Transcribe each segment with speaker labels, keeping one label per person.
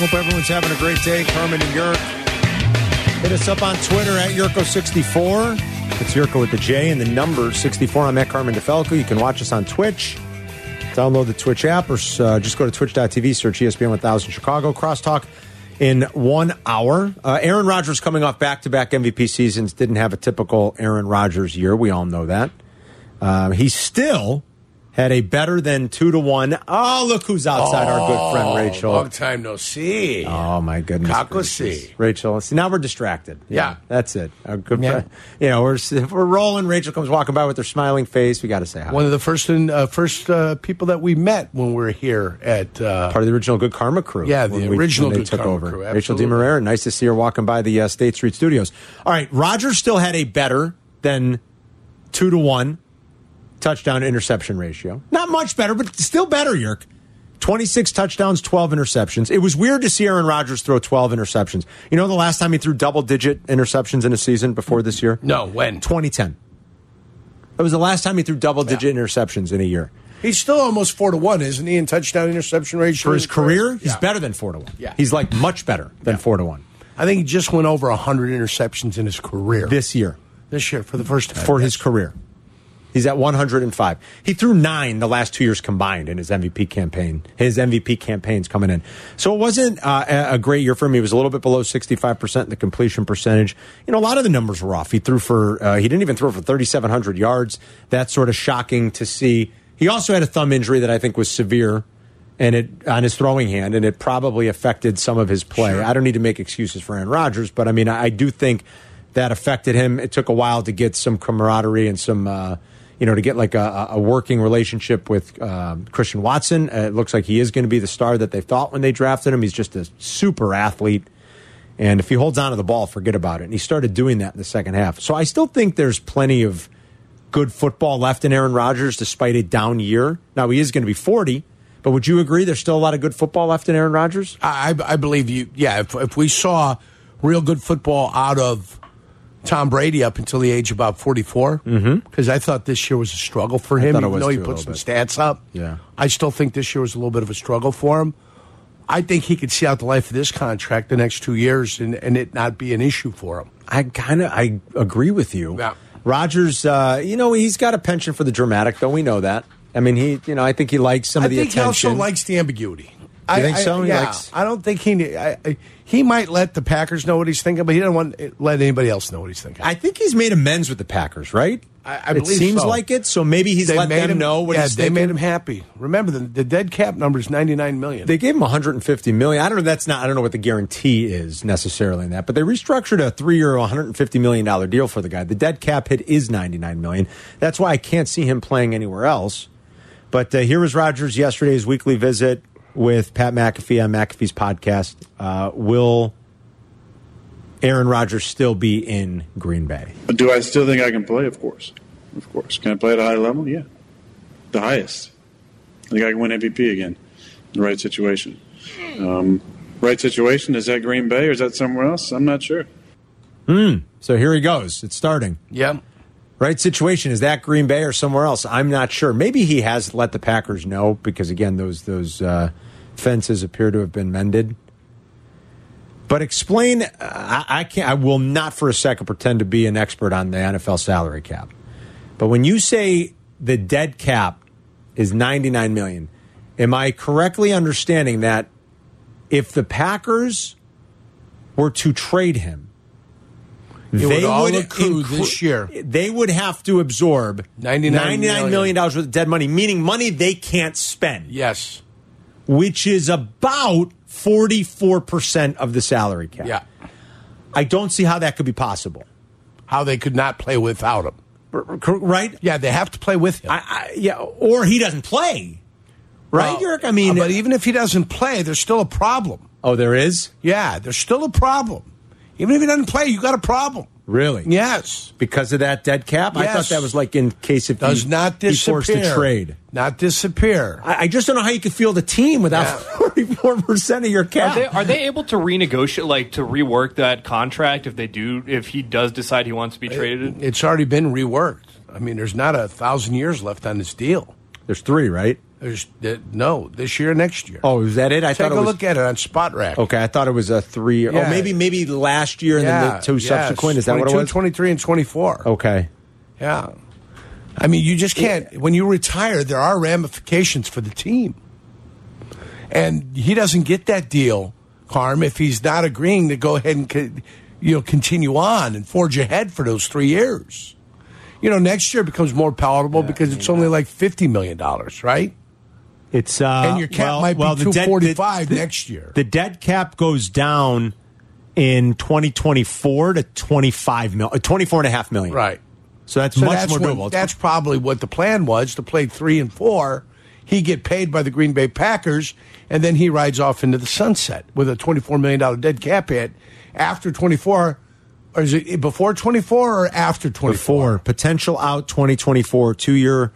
Speaker 1: Hope everyone's having a great day. Carmen and Yurk. Hit us up on Twitter at Yurko64. It's Yurko with the J and the number 64. I'm at Carmen DeFalco. You can watch us on Twitch. Download the Twitch app or uh, just go to twitch.tv, search E ESPN 1000 Chicago. Crosstalk in one hour. Uh, Aaron Rodgers coming off back to back MVP seasons didn't have a typical Aaron Rodgers year. We all know that. Um, he still had a better than two to one. Oh, look who's outside our good
Speaker 2: Oh,
Speaker 1: friend Rachel.
Speaker 2: Long time no see.
Speaker 1: Oh my goodness,
Speaker 2: Kakosi.
Speaker 1: gracious. Rachel. See, now we're distracted.
Speaker 2: Yeah.
Speaker 1: that's it. Our good
Speaker 2: Yeah.
Speaker 1: friend. You know, we're if we're rolling. Rachel comes walking by with her smiling face. We got to say hi.
Speaker 2: One of the first and uh, first uh, people that we met when we were here at uh,
Speaker 1: Part of the original Good Karma crew.
Speaker 2: Yeah, the
Speaker 1: when
Speaker 2: original
Speaker 1: when they
Speaker 2: Good
Speaker 1: took
Speaker 2: Karma
Speaker 1: over.
Speaker 2: crew,
Speaker 1: Rachel
Speaker 2: absolutely.
Speaker 1: DiMerera, nice to see her walking by the uh, State Street Studios. All right, Rogers still had a better than two to one touchdown interception ratio. Not much better, but still better, Yerk. 26 touchdowns, 12 interceptions. It was weird to see Aaron Rodgers throw 12 interceptions. You know the last time he threw double digit interceptions in a season before this year?
Speaker 2: No, when?
Speaker 1: 2010. That was the last time he threw double digit interceptions in a year.
Speaker 2: He's still almost four to one, isn't he? In touchdown interception ratio
Speaker 1: For his career, he's
Speaker 2: Yeah.
Speaker 1: better than 4 to 1.
Speaker 2: Yeah.
Speaker 1: He's like much better than 4 to 1.
Speaker 2: I think he just went over hundred interceptions in his career
Speaker 1: this year
Speaker 2: this year for the first time
Speaker 1: for his career. He's at 105. He threw nine the last two years combined in his MVP campaign. His MVP campaign's coming in. So it wasn't uh, a a great year for him. He was a little bit below 65% in the completion percentage. You know, a lot of the numbers were off. He threw for, uh, he didn't even throw for 3,700 yards. That's sort of shocking to see. He also had a thumb injury that I think was severe and it on his throwing hand, and it probably affected some of his play. I don't need to make excuses for Aaron Rodgers, but I mean, I, I do think that affected him. It took a while to get some camaraderie and some, uh, you know, to get like a, a working relationship with um, Christian Watson. Uh, it looks like he is going to be the star that they thought when they drafted him. He's just a super athlete. And if he holds on to the ball, forget about it. And he started doing that in the second half. So I still think there's plenty of good football left in Aaron Rodgers despite a down year. Now he is going to be 40, but would you agree there's still a lot of good football left in Aaron Rodgers?
Speaker 2: I, I I believe you. Yeah, if, if we saw real good football out of Tom Brady up until the age of about 44, because I thought this year was a struggle for him,
Speaker 1: Mm-hmm. thought it
Speaker 2: even
Speaker 1: was
Speaker 2: though he
Speaker 1: too, a
Speaker 2: put some
Speaker 1: little
Speaker 2: stats up.
Speaker 1: Yeah.
Speaker 2: I still think this year was a little bit of a struggle for him. I think he could see out the life of this contract the next two years and, and it not be an issue for him.
Speaker 1: I kind of I agree with you.
Speaker 2: Yeah.
Speaker 1: Rodgers, uh, you know, he's got a penchant for the dramatic though. We know that. I mean, he, you know, I think he likes some
Speaker 2: I
Speaker 1: of the
Speaker 2: think he
Speaker 1: attention.
Speaker 2: also likes the ambiguity. I
Speaker 1: think
Speaker 2: I-
Speaker 1: so? He
Speaker 2: yeah,
Speaker 1: likes-
Speaker 2: I don't think he. I, I, he might let the Packers know what he's thinking, but he doesn't want to let anybody else know what he's thinking.
Speaker 1: I think he's made amends with the Packers, right?
Speaker 2: I- I
Speaker 1: it
Speaker 2: believe
Speaker 1: seems
Speaker 2: so.
Speaker 1: like it. So maybe he's let them know what
Speaker 2: yeah,
Speaker 1: he's
Speaker 2: they
Speaker 1: thinking.
Speaker 2: made him happy. Remember the, the dead cap number is ninety nine million.
Speaker 1: They gave him 150 million. I don't know. That's not. I don't know what the guarantee is necessarily in that. But they restructured a three-year, 150 million dollar deal for the guy. The dead cap hit is 99 million. That's why I can't see him playing anywhere else. But uh, here was Rogers yesterday's weekly visit with Pat McAfee on McAfee's podcast. Uh, will Aaron Rodgers still be in Green Bay?
Speaker 3: But do I still think I can play? Of course. Of course. Can I play at a high level? Yeah. The highest. I think I can win MVP again in the right situation. Um, right situation? Is that Green Bay or is that somewhere else? I'm not sure.
Speaker 1: So here he goes. It's starting.
Speaker 2: yeah,
Speaker 1: Right situation is that Green Bay or somewhere else? I'm not sure. Maybe he has let the Packers know because again, those those uh, fences appear to have been mended. But explain. uh, I, I can't. I will not for a second pretend to be an expert on the NFL salary cap. But when you say the dead cap is 99 million, am I correctly understanding that if the Packers were to trade him,
Speaker 2: would all accrue
Speaker 1: inclu-
Speaker 2: this year.
Speaker 1: They would have to absorb
Speaker 2: 99
Speaker 1: $99 million
Speaker 2: million
Speaker 1: worth of dead money, meaning money they can't spend,
Speaker 2: yes,
Speaker 1: which is about 44% of the salary cap.
Speaker 2: yeah.
Speaker 1: I don't see how that could be possible.
Speaker 2: How they could not play without him?
Speaker 1: R- r- cor- Right?
Speaker 2: Yeah, they have to play with him.
Speaker 1: I, I, yeah, or he doesn't play. Right,
Speaker 2: Well, uh,
Speaker 1: Yerk? I mean,
Speaker 2: but even if he doesn't play, there's still a problem.
Speaker 1: oh, there is
Speaker 2: Yeah, there's still a problem. Even if he doesn't play, you got a problem.
Speaker 1: really,
Speaker 2: Yes,
Speaker 1: because of that dead cap. I thought
Speaker 2: Yes.
Speaker 1: that was like in case if
Speaker 2: does
Speaker 1: he,
Speaker 2: not
Speaker 1: he forced
Speaker 2: disappear.
Speaker 1: a trade.
Speaker 2: not disappear.
Speaker 1: I, I just don't know how you could feel the team without forty-four percent of your
Speaker 4: Are
Speaker 1: cap.
Speaker 4: they, are they able to renegotiate, like to rework that contract if they do, if he does decide he wants to be traded?
Speaker 2: It's already been reworked. I mean, there's not a thousand years left on this deal.
Speaker 1: There's three, right?
Speaker 2: There's th- no this year, next year.
Speaker 5: Oh, is that it? I
Speaker 2: Take
Speaker 5: thought
Speaker 2: a
Speaker 5: it was
Speaker 2: look at it on Spot Rack.
Speaker 5: okay. I thought it was a three. or Oh,
Speaker 2: Yeah.
Speaker 5: maybe maybe last year and then the two subsequent. Is that what it
Speaker 2: 22,
Speaker 5: was? Oh.
Speaker 2: 23 and 24.
Speaker 5: Okay.
Speaker 2: Yeah. I mean, you just can't. When you retire, there are ramifications for the team. And he doesn't get that deal, Carm, if he's not agreeing to go ahead and co- you know continue on and forge ahead for those three years. You know, next year becomes more palatable because it's
Speaker 5: uh,
Speaker 2: only like fifty million dollars, right?
Speaker 1: It's uh,
Speaker 2: And your cap
Speaker 1: well,
Speaker 2: might be
Speaker 1: well, the debt-
Speaker 2: two
Speaker 1: the-
Speaker 2: forty five next year.
Speaker 1: The debt cap goes down in 2024 to 25 mil, uh, 24 and a half million.
Speaker 2: right.
Speaker 1: So that's
Speaker 2: So
Speaker 1: much
Speaker 2: that's
Speaker 1: more
Speaker 2: what-
Speaker 1: doable. It's-
Speaker 2: that's probably what the plan was to play three and four. He get paid by the Green Bay Packers, and then he rides off into the sunset with a twenty-four million dollar dead cap hit after twenty-four, or is it before twenty-four or after twenty-four?
Speaker 1: Four potential out 2024 two year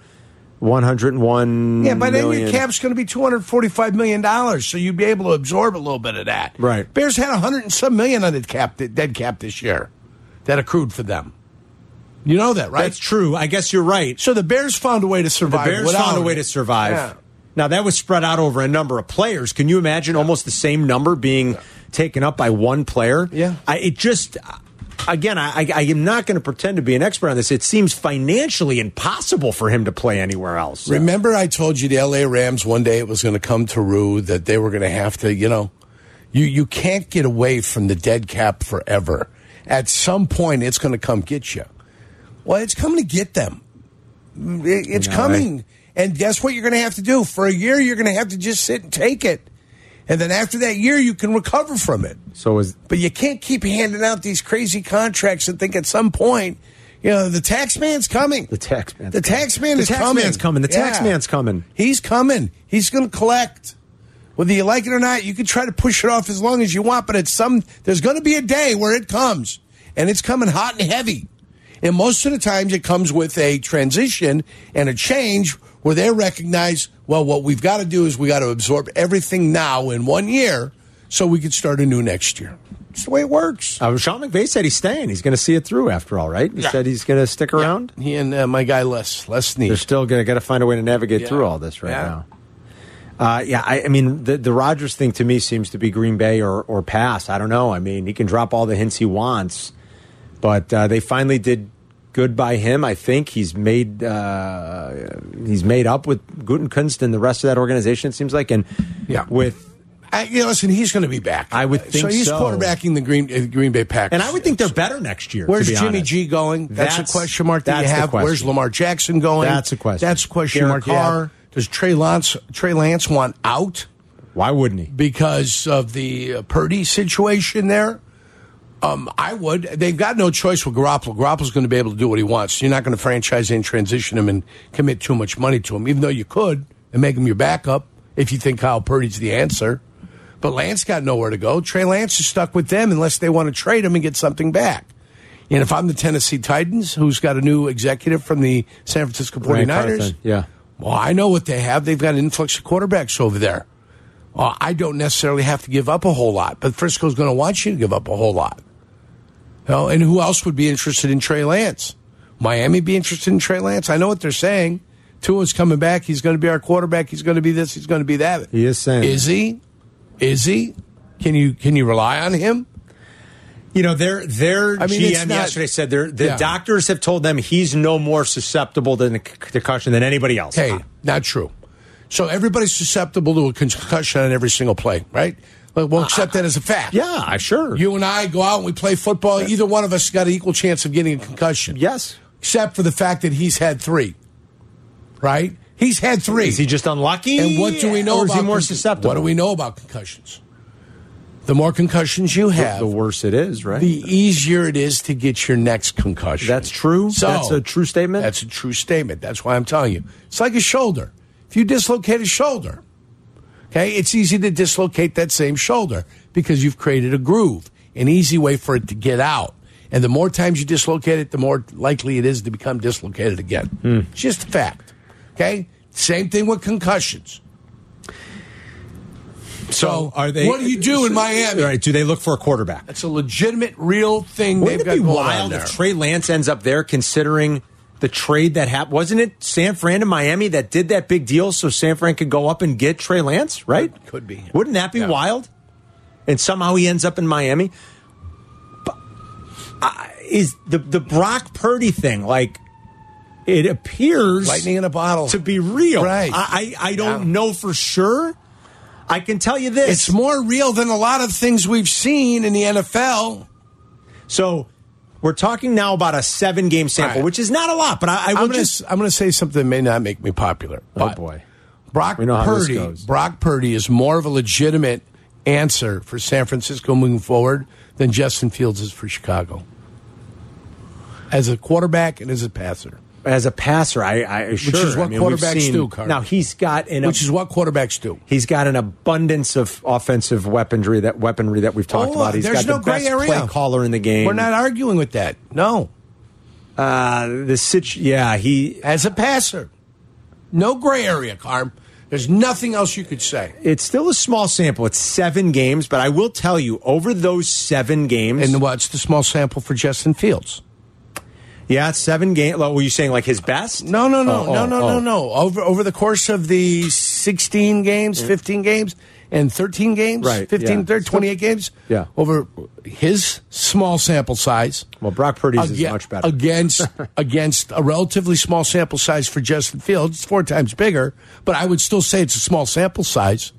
Speaker 1: 101
Speaker 2: Yeah, by then your
Speaker 1: million.
Speaker 2: cap's going to be two hundred forty-five million dollars, so you'd be able to absorb a little bit of that.
Speaker 1: Right.
Speaker 2: Bears had a hundred and some million on the cap, the dead cap this year, that accrued for them. You know that, right?
Speaker 1: That's true. I guess you're right.
Speaker 2: So the Bears found a way to
Speaker 1: The
Speaker 2: survive.
Speaker 1: Bears
Speaker 2: without
Speaker 1: found a
Speaker 2: it.
Speaker 1: way to survive.
Speaker 2: Yeah.
Speaker 1: Now that was spread out over a number of players. Can you imagine almost the same number being taken up by one player?
Speaker 2: Yeah.
Speaker 1: I, it just again, I, I, I am not going to pretend to be an expert on this. It seems financially impossible for him to play anywhere else.
Speaker 2: Remember, I told you the LA Rams one day it was going to come to rue that they were going to have to, you know, you, you can't get away from the dead cap forever. At some point, it's going to come get you. Well, it's coming to get them. It- it's
Speaker 1: No,
Speaker 2: coming. And guess what you're going to have to do? For a year, you're going to have to just sit and take it. And then after that year, you can recover from it.
Speaker 1: So is
Speaker 2: But you can't keep handing out these crazy contracts and think at some point, you know, the tax man's coming.
Speaker 1: The tax man's
Speaker 2: The tax man
Speaker 1: The
Speaker 2: is
Speaker 1: tax
Speaker 2: coming.
Speaker 1: man's coming. The tax man's coming.
Speaker 2: He's coming. He's going to collect. Whether you like it or not, you can try to push it off as long as you want, but at some there's going to be a day where it comes, and it's coming hot and heavy. And most of the times, it comes with a transition and a change where they recognize, well, what we've got to do is we got to absorb everything now in one year, so we can start anew next year. It's the way it works.
Speaker 1: uh, Sean McVay said he's staying. He's going to see it through after all, right? He said he's going to stick around.
Speaker 2: He and uh, my guy Les Les
Speaker 1: They're
Speaker 2: Snead.
Speaker 1: still going to got to find a way to navigate
Speaker 2: Yeah.
Speaker 1: through all this right
Speaker 2: Yeah.
Speaker 1: now. Uh, yeah, I, I mean the the Rogers thing to me seems to be Green Bay or or pass. I don't know. I mean he can drop all the hints he wants, but uh, they finally did good by him. I think he's made uh, he's made up with Gutenkunst and the rest of that organization. It seems like and
Speaker 2: Yeah.
Speaker 1: with
Speaker 2: I, you know, listen, he's going to be back.
Speaker 1: I would think
Speaker 2: He's
Speaker 1: so.
Speaker 2: quarterbacking the Green uh, Green Bay Packers,
Speaker 1: and I would think they're better next year. to
Speaker 2: Where's
Speaker 1: be
Speaker 2: Jimmy
Speaker 1: honest.
Speaker 2: G going? That's,
Speaker 1: That's-
Speaker 2: a question mark that you
Speaker 1: that's the
Speaker 2: have. Where's
Speaker 1: question.
Speaker 2: Lamar Jackson going?
Speaker 1: That's a question.
Speaker 2: That's a question
Speaker 1: Derek
Speaker 2: mark. you have.
Speaker 1: Carr.
Speaker 2: Does Trey Lance Trey Lance want out
Speaker 1: Why wouldn't he?
Speaker 2: because of the uh, Purdy situation there? Um, I would. They've got no choice with Garoppolo. Garoppolo's going to be able to do what he wants. You're not going to franchise and transition him and commit too much money to him, even though you could and make him your backup if you think Kyle Purdy's the answer. But Lance got nowhere to go. Trey Lance is stuck with them unless they want to trade him and get something back. And if I'm the Tennessee Titans, who's got a new executive from the San Francisco
Speaker 1: Ryan
Speaker 2: 49ers,
Speaker 1: Carson, yeah.
Speaker 2: well, I know what they have. They've got an influx of quarterbacks over there. Uh, I don't necessarily have to give up a whole lot, but Frisco's going to want you to give up a whole lot. You know, and who else would be interested in Trey Lance? Miami be interested in Trey Lance? I know what they're saying. Tua's coming back. He's going to be our quarterback. He's going to be this. He's going to be that.
Speaker 1: He is saying
Speaker 2: Is he? Is he? Can you can you rely on him?
Speaker 1: You know, their their
Speaker 2: I mean, it's
Speaker 1: GM
Speaker 2: not-
Speaker 1: yesterday said their the
Speaker 2: Yeah.
Speaker 1: doctors have told them he's no more susceptible to the c- concussion than anybody else.
Speaker 2: Hey, not true. So everybody's susceptible to a concussion on every single play, right? Like, we'll accept that as a fact.
Speaker 1: yeah, I sure.
Speaker 2: You and I go out and we play football. Either one of us got an equal chance of getting a concussion.
Speaker 1: yes.
Speaker 2: Except for the fact that he's had three. Right? He's had three.
Speaker 1: Is he just unlucky?
Speaker 2: and what do we know
Speaker 1: Or
Speaker 2: about
Speaker 1: is he more
Speaker 2: con-
Speaker 1: susceptible?
Speaker 2: What do we know about concussions? The more concussions you have,
Speaker 1: The worse it is, right?
Speaker 2: the easier it is to get your next concussion.
Speaker 1: That's true? That's a true statement?
Speaker 2: That's a true statement. That's why I'm telling you. It's like a shoulder. If you dislocate a shoulder, okay, it's easy to dislocate that same shoulder because you've created a groove, an easy way for it to get out. And the more times you dislocate it, the more likely it is to become dislocated again.
Speaker 1: Hmm.
Speaker 2: It's just a fact. Okay? Same thing with concussions. So, What do you do in Miami?
Speaker 1: All right, do they look for a quarterback?
Speaker 2: That's a legitimate, real thing
Speaker 1: Wouldn't
Speaker 2: they've
Speaker 1: it be
Speaker 2: got going on
Speaker 1: wild
Speaker 2: there.
Speaker 1: if Trey Lance ends up there considering the trade that happened. Wasn't it San Fran and Miami that did that big deal so San Fran could go up and get Trey Lance, right?
Speaker 2: Could be.
Speaker 1: Wouldn't that be
Speaker 2: Yeah.
Speaker 1: wild? And somehow he ends up in Miami. But, uh, is the the Brock Purdy thing like? It appears
Speaker 2: Lightning in a bottle.
Speaker 1: to be real.
Speaker 2: Right.
Speaker 1: I I, I don't
Speaker 2: Yeah.
Speaker 1: know for sure. I can tell you this.
Speaker 2: It's more real than a lot of things we've seen in the NFL.
Speaker 1: So we're talking now about a seven game sample,
Speaker 2: Right.
Speaker 1: which is not a lot, but I, I
Speaker 2: I'm
Speaker 1: will
Speaker 2: gonna,
Speaker 1: just.
Speaker 2: I'm gonna say something that may not make me popular.
Speaker 1: Oh
Speaker 2: but
Speaker 1: boy.
Speaker 2: Brock
Speaker 1: We know how this
Speaker 2: Purdy.
Speaker 1: goes.
Speaker 2: Brock Purdy is more of a legitimate answer for San Francisco moving forward than Justin Fields is for Chicago. As a quarterback and as a passer,
Speaker 1: As a passer, I, I sure.
Speaker 2: is what
Speaker 1: I we've
Speaker 2: quarterbacks do, Carter.
Speaker 1: Now he's got an
Speaker 2: which is what quarterbacks do.
Speaker 1: he's got an abundance of offensive weaponry that weaponry that we've talked
Speaker 2: Oh,
Speaker 1: about. He's got
Speaker 2: there's no
Speaker 1: the
Speaker 2: gray
Speaker 1: best
Speaker 2: area.
Speaker 1: play caller in the game.
Speaker 2: We're not arguing with that. No,
Speaker 1: uh, the situ- Yeah, he.
Speaker 2: as a passer, no gray area, Carm. There's nothing else you could say.
Speaker 1: It's still a small sample. It's seven games, but I will tell you, over those seven games,
Speaker 2: And what's the small sample for Justin Fields?
Speaker 1: yeah, seven games. Were you saying like his best?
Speaker 2: No, no, no,
Speaker 1: Oh, oh,
Speaker 2: no, no,
Speaker 1: oh.
Speaker 2: no, no. Over over the course of the 16 games, 15 games, and 13 games,
Speaker 1: Right,
Speaker 2: 15,
Speaker 1: yeah.
Speaker 2: 30, 28 games,
Speaker 1: Yeah.
Speaker 2: over his small sample size.
Speaker 1: Well, Brock Purdy's is
Speaker 2: aga-
Speaker 1: much better.
Speaker 2: against against a relatively small sample size for Justin Fields, it's four times bigger, but I would still say it's a small sample size.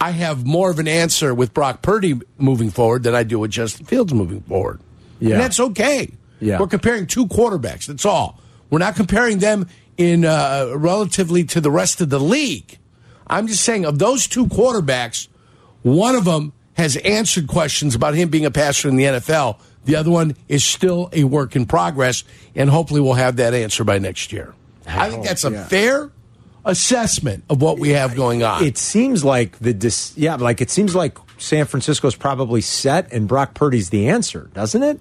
Speaker 2: I have more of an answer with Brock Purdy moving forward than I do with Justin Fields moving forward.
Speaker 1: Yeah.
Speaker 2: And that's okay.
Speaker 1: Yeah.
Speaker 2: We're comparing two quarterbacks. That's all. We're not comparing them in uh, relatively to the rest of the league. I'm just saying of those two quarterbacks, one of them has answered questions about him being a passer in the NFL. The other one is still a work in progress, and hopefully we'll have that answer by next year. I, think that's a
Speaker 1: Oh, yeah.
Speaker 2: fair assessment of what we have going on.
Speaker 1: it seems like the dis- yeah, like it seems like San Francisco's probably set, and Brock Purdy's the answer, doesn't it?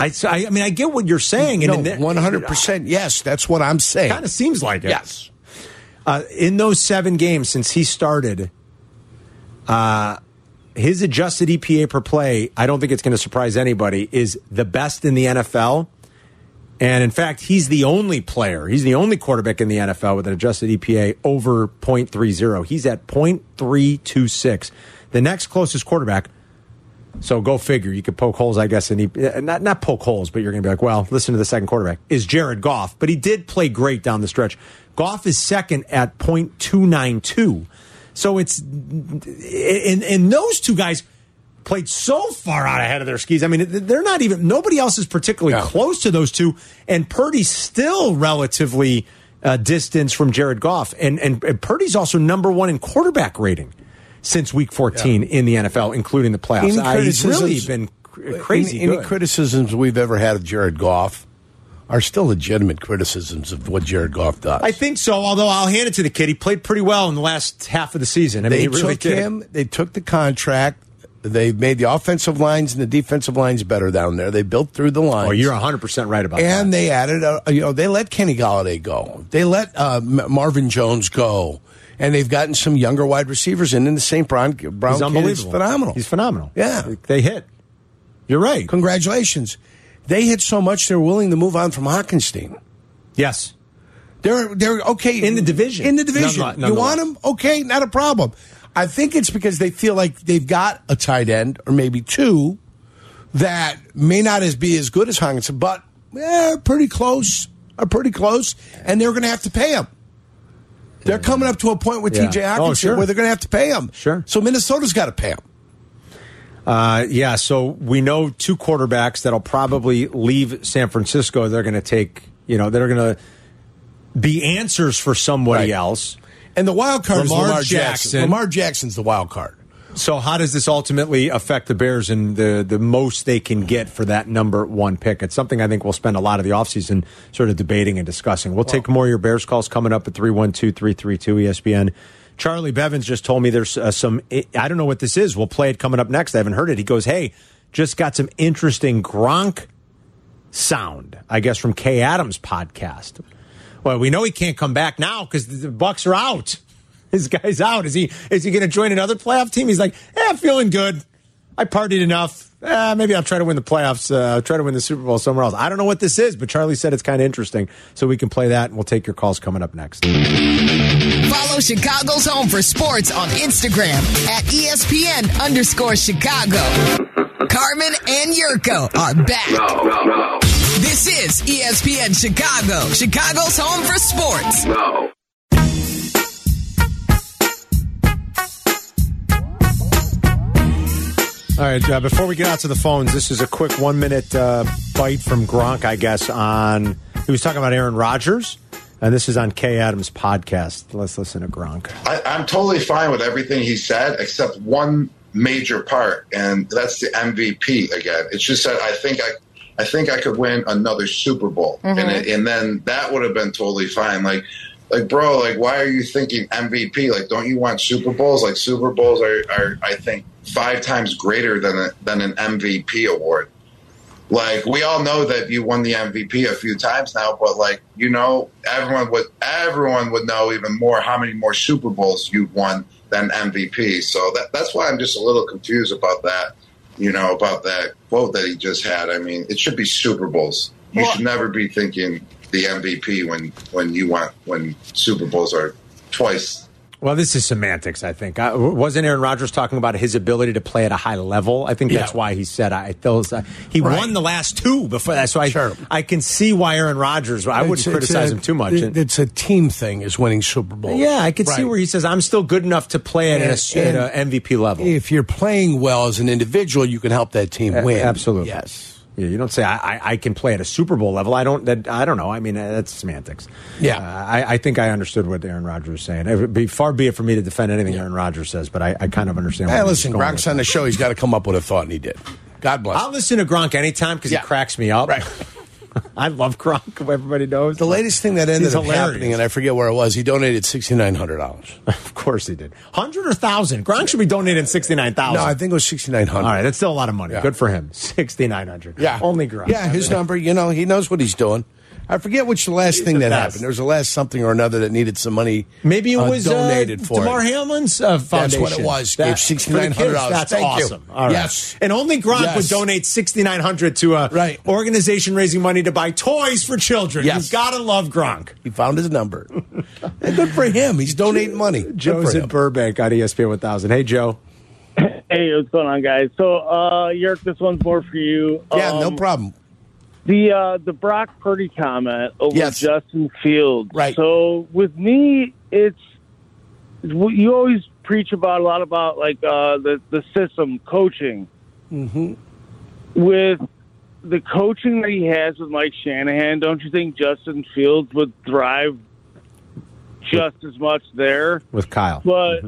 Speaker 1: I, so I I mean, I get what you're saying, and in
Speaker 2: no,
Speaker 1: there-
Speaker 2: one hundred percent. Yes, that's what I'm saying.
Speaker 1: Kind of seems like it.
Speaker 2: Yes.
Speaker 1: Uh, in those seven games since he started, uh, his adjusted EPA per play, I don't think it's going to surprise anybody, is the best in the NFL. And in fact, he's the only player, he's the only quarterback in the NFL with an adjusted EPA over 0.30. He's at 0.326. The next closest quarterback, so go figure, you could poke holes, I guess, in EP, not, not poke holes, but you're going to be like, well, listen to the second quarterback, is Jared Goff. But he did play great down the stretch. Goff is second at 0.292. So it's, and, and those two guys played so far out ahead of their skis. I mean, they're not even, nobody else is particularly
Speaker 2: Yeah.
Speaker 1: close to those two. And Purdy's still relatively uh, distanced from Jared Goff. And, and, and Purdy's also number one in quarterback rating since week 14 in the NFL, including the playoffs.
Speaker 2: Any
Speaker 1: I, he's really
Speaker 2: criticisms-
Speaker 1: been cr- uh, crazy
Speaker 2: Any, any
Speaker 1: good.
Speaker 2: criticisms we've ever had of Jared Goff are still legitimate criticisms of what Jared Goff does.
Speaker 1: I think so. Although I'll hand it to the kid, he played pretty well in the last half of the season. I mean,
Speaker 2: they
Speaker 1: he really
Speaker 2: took
Speaker 1: did.
Speaker 2: him. They took the contract. They made the offensive lines and the defensive lines better down there. They built through the lines.
Speaker 1: Oh, you're 100 percent right about
Speaker 2: and
Speaker 1: that.
Speaker 2: they added, a, you know, they let Kenny Galladay go. They let uh, M- Marvin Jones go, and they've gotten some younger wide receivers in. And the St. Brown Brown
Speaker 1: He's
Speaker 2: kid is
Speaker 1: unbelievable.
Speaker 2: phenomenal.
Speaker 1: He's phenomenal.
Speaker 2: Yeah.
Speaker 1: They- they hit. You're right.
Speaker 2: Congratulations. They hit so much they're willing to move on from Hockenstein.
Speaker 1: Yes.
Speaker 2: They're they're okay
Speaker 1: In the division.
Speaker 2: In the division,
Speaker 1: None-
Speaker 2: you
Speaker 1: nonetheless.
Speaker 2: want them? Okay, not a problem. I think it's because they feel like they've got a tight end or maybe two that may not as be as good as Hawkinson, but eh, pretty close. Are pretty close, and they're going to have to pay him. They're coming up to a point with
Speaker 1: Yeah.
Speaker 2: T.J.
Speaker 1: Oh,
Speaker 2: Hawkinson
Speaker 1: sure.
Speaker 2: where they're going to have to pay him.
Speaker 1: Sure.
Speaker 2: So Minnesota's got to pay him.
Speaker 1: Uh, yeah, so we know two quarterbacks that'll probably leave San Francisco. They're going to take, you know, they're going to be answers for somebody
Speaker 2: Right.
Speaker 1: else.
Speaker 2: And the wild card
Speaker 1: Lamar
Speaker 2: is Lamar Jackson.
Speaker 1: Jackson.
Speaker 2: Lamar Jackson's the wild card.
Speaker 1: So, how does this ultimately affect the Bears and the, the most they can get for that number one pick? It's something I think we'll spend a lot of the offseason sort of debating and discussing. We'll take more of your Bears calls coming up at 312 332 ESPN. Charlie Bevins just told me there's uh, some, I don't know what this is. We'll play it coming up next. I haven't heard it. He goes, Hey, just got some interesting Gronk sound, I guess, from Kay Adams' podcast. Well, we know he can't come back now because the Bucks are out. His guy's out. Is he? Is he going to join another playoff team? He's like, yeah, "Eh, feeling good. I partied enough. Eh, maybe I'll try to win the playoffs. Uh, I'll try to win the Super Bowl somewhere else. I don't know what this is, but Charlie said it's kind of interesting, so we can play that, and we'll take your calls coming up next.
Speaker 6: Follow Chicago's Home for Sports on Instagram at E ESPN underscore Chicago. Carmen and Yurko are back. This is E ESPN Chicago, Chicago's Home for Sports.
Speaker 1: All right. Uh, before we get out to the phones, this is a quick one minute uh, bite from Gronk, I guess. On he was talking about Aaron Rodgers, and this is on Kay Adams' podcast. Let's listen to Gronk.
Speaker 7: I, I'm totally fine with everything he said, except one major part, and that's the MVP again. It's just that I think I, I think I could win another Super Bowl, and it, and then that would have been totally fine. Like, like bro, like why are you thinking MVP? Like, don't you want Super Bowls? Like Super Bowls are, are I think five times greater than a, than an MVP award. Like we all know that you won the MVP a few times now, but like you know, everyone would everyone would know even more how many more Super Bowls you've won than MVP. So that, that's why I'm just a little confused about that. You know about that quote that he just had. I mean, it should be Super Bowls. You should never be thinking the MVP when when you want when Super Bowls are twice
Speaker 1: Well, this is semantics, I think. I, wasn't Aaron Rodgers talking about his ability to play at a high level? I think that's
Speaker 2: Yeah.
Speaker 1: why he said I. Those, uh, he
Speaker 2: Right.
Speaker 1: won the last two before that, so I
Speaker 2: Sure.
Speaker 1: I can see why Aaron Rodgers. I wouldn't
Speaker 2: It's- it's
Speaker 1: criticize
Speaker 2: a-
Speaker 1: him too much.
Speaker 2: it-
Speaker 1: And-
Speaker 2: it's a team thing, is winning Super Bowl.
Speaker 1: yeah, I could see
Speaker 2: Right.
Speaker 1: where he says I'm still good enough to play at, an ass-
Speaker 2: And-
Speaker 1: at an MVP level.
Speaker 2: If you're playing well as an individual, you can help that team
Speaker 1: A-
Speaker 2: win.
Speaker 1: absolutely.
Speaker 2: Yes.
Speaker 1: Yeah, you don't say I, I, I can play at a Super Bowl level. I don't. That I don't know. I mean, uh, that's semantics.
Speaker 2: Yeah.
Speaker 1: Uh, I, I think I understood what Aaron Rodgers was saying. It would be far be it for me to defend anything Aaron Rodgers says, but I, I kind of understand.
Speaker 2: Hey,
Speaker 1: where he's
Speaker 2: listen,
Speaker 1: going
Speaker 2: Gronk's
Speaker 1: with
Speaker 2: on
Speaker 1: it.
Speaker 2: the show. He's got to come up with a thought, and he did. God bless.
Speaker 1: I'll
Speaker 2: him.
Speaker 1: listen to Gronk anytime because
Speaker 2: Yeah.
Speaker 1: he cracks me up.
Speaker 2: Right.
Speaker 1: I love Gronk. Everybody knows
Speaker 2: The latest thing that ended
Speaker 1: He's
Speaker 2: up
Speaker 1: hilarious.
Speaker 2: happening, and I forget where it was, he donated sixty nine hundred dollars. no,
Speaker 1: Of course he did. Hundred or thousand. Gronk should be donating sixty nine thousand.
Speaker 2: I think it was sixty nine hundred.
Speaker 1: All right, that's still a lot of money.
Speaker 2: Yeah.
Speaker 1: Good for him. Sixty nine hundred.
Speaker 2: Yeah,
Speaker 1: only Gronk.
Speaker 2: Yeah, his number. You know, he knows what he's doing. I forget which the last thing
Speaker 1: the
Speaker 2: that
Speaker 1: best.
Speaker 2: happened. There was the last something or another that needed some money.
Speaker 1: Maybe it
Speaker 2: uh,
Speaker 1: was
Speaker 2: donated
Speaker 1: uh,
Speaker 2: for.
Speaker 1: Damar
Speaker 2: it.
Speaker 1: Hamlin's uh,
Speaker 2: That's
Speaker 1: foundation.
Speaker 2: what it was. Gave
Speaker 1: for the kids,
Speaker 2: $6,900.
Speaker 1: That's
Speaker 2: Thank you.
Speaker 1: awesome. All right.
Speaker 2: Yes.
Speaker 1: and only Gronk
Speaker 2: Yes.
Speaker 1: would donate sixty nine hundred to a
Speaker 2: Right.
Speaker 1: organization raising money to buy toys for children.
Speaker 2: Yes.
Speaker 1: You've got to love Gronk.
Speaker 2: He found his number. and good for him. He's donating money. Good
Speaker 1: Joe's
Speaker 2: for
Speaker 1: in
Speaker 2: him.
Speaker 1: Burbank on E ESPN one thousand. Hey Joe.
Speaker 8: Hey, what's going on, guys? So, uh, Yerk, this one's more for you.
Speaker 2: Yeah,
Speaker 8: Um,
Speaker 2: no problem.
Speaker 8: The uh, the Brock Purdy comment over
Speaker 2: Yes.
Speaker 8: Justin Fields.
Speaker 2: Right.
Speaker 8: So with me, it's you always preach about a lot about like uh, the the system coaching. Mm-hmm. With the coaching that he has with Mike Shanahan, don't you think Justin Fields would thrive just as much there?
Speaker 1: With Kyle.
Speaker 8: But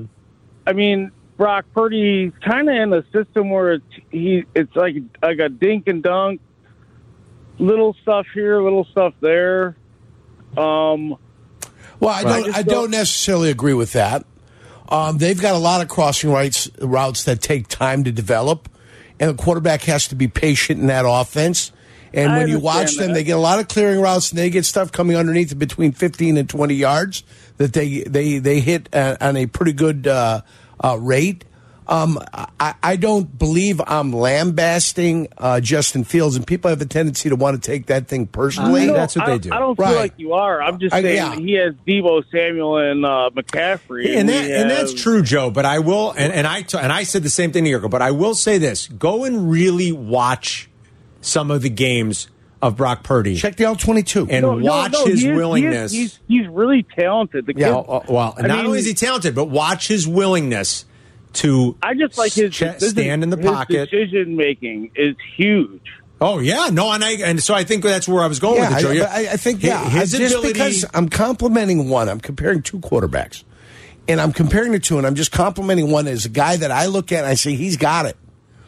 Speaker 8: I mean, Brock Purdy's kind of in a system where it's, he it's like like a dink and dunk, little stuff here, little stuff there. Um,
Speaker 2: Well, I
Speaker 8: I
Speaker 2: don't.
Speaker 8: just
Speaker 2: I don't
Speaker 8: don't-
Speaker 2: necessarily agree with that. Um, they've got a lot of crossing rights routes that take time to develop, and the quarterback has to be patient in that offense. And
Speaker 8: I
Speaker 2: when you
Speaker 8: understand
Speaker 2: watch them,
Speaker 8: that.
Speaker 2: they get a lot of clearing routes, and they get stuff coming underneath between fifteen and twenty yards that they they they hit uh, on a pretty good uh, uh, rate. Um, I, I don't believe I'm lambasting uh, Justin Fields, and people have a tendency to want to take that thing personally.
Speaker 1: No, That's what
Speaker 8: I
Speaker 1: they
Speaker 8: don't-
Speaker 1: do.
Speaker 8: I don't
Speaker 2: Right.
Speaker 8: feel like you are. I'm just
Speaker 2: I-
Speaker 8: saying
Speaker 2: yeah.
Speaker 8: he has Debo Samuel and uh, McCaffrey,
Speaker 1: Yeah, and that,
Speaker 8: we
Speaker 1: and that's
Speaker 8: have-
Speaker 1: true, Joe. But I will, and, and I t- and I said the same thing to Yurko, but I will say this: go and really watch some of the games of Brock Purdy
Speaker 2: Check the L twenty two.
Speaker 1: and
Speaker 8: No, no,
Speaker 1: watch his
Speaker 8: no, he is- he is-
Speaker 1: willingness.
Speaker 8: he's, he's really talented. The
Speaker 1: Yeah,
Speaker 8: kid-
Speaker 1: well, uh, well,
Speaker 8: I
Speaker 1: not
Speaker 8: mean-
Speaker 1: only is he talented, but watch his willingness to.
Speaker 8: I just like his
Speaker 1: ch- stand in the pocket.
Speaker 8: Decision making is huge.
Speaker 1: Oh yeah, no, and I and so I think that's where I was going with it, Joe.
Speaker 2: I-
Speaker 1: Yeah.
Speaker 2: but I, I think
Speaker 1: Hi-
Speaker 2: yeah,
Speaker 1: his
Speaker 2: I- just
Speaker 1: ability.
Speaker 2: because I'm complimenting one, I'm comparing two quarterbacks, and I'm comparing the two, and I'm just complimenting one as a guy that I look at and I say he's got it.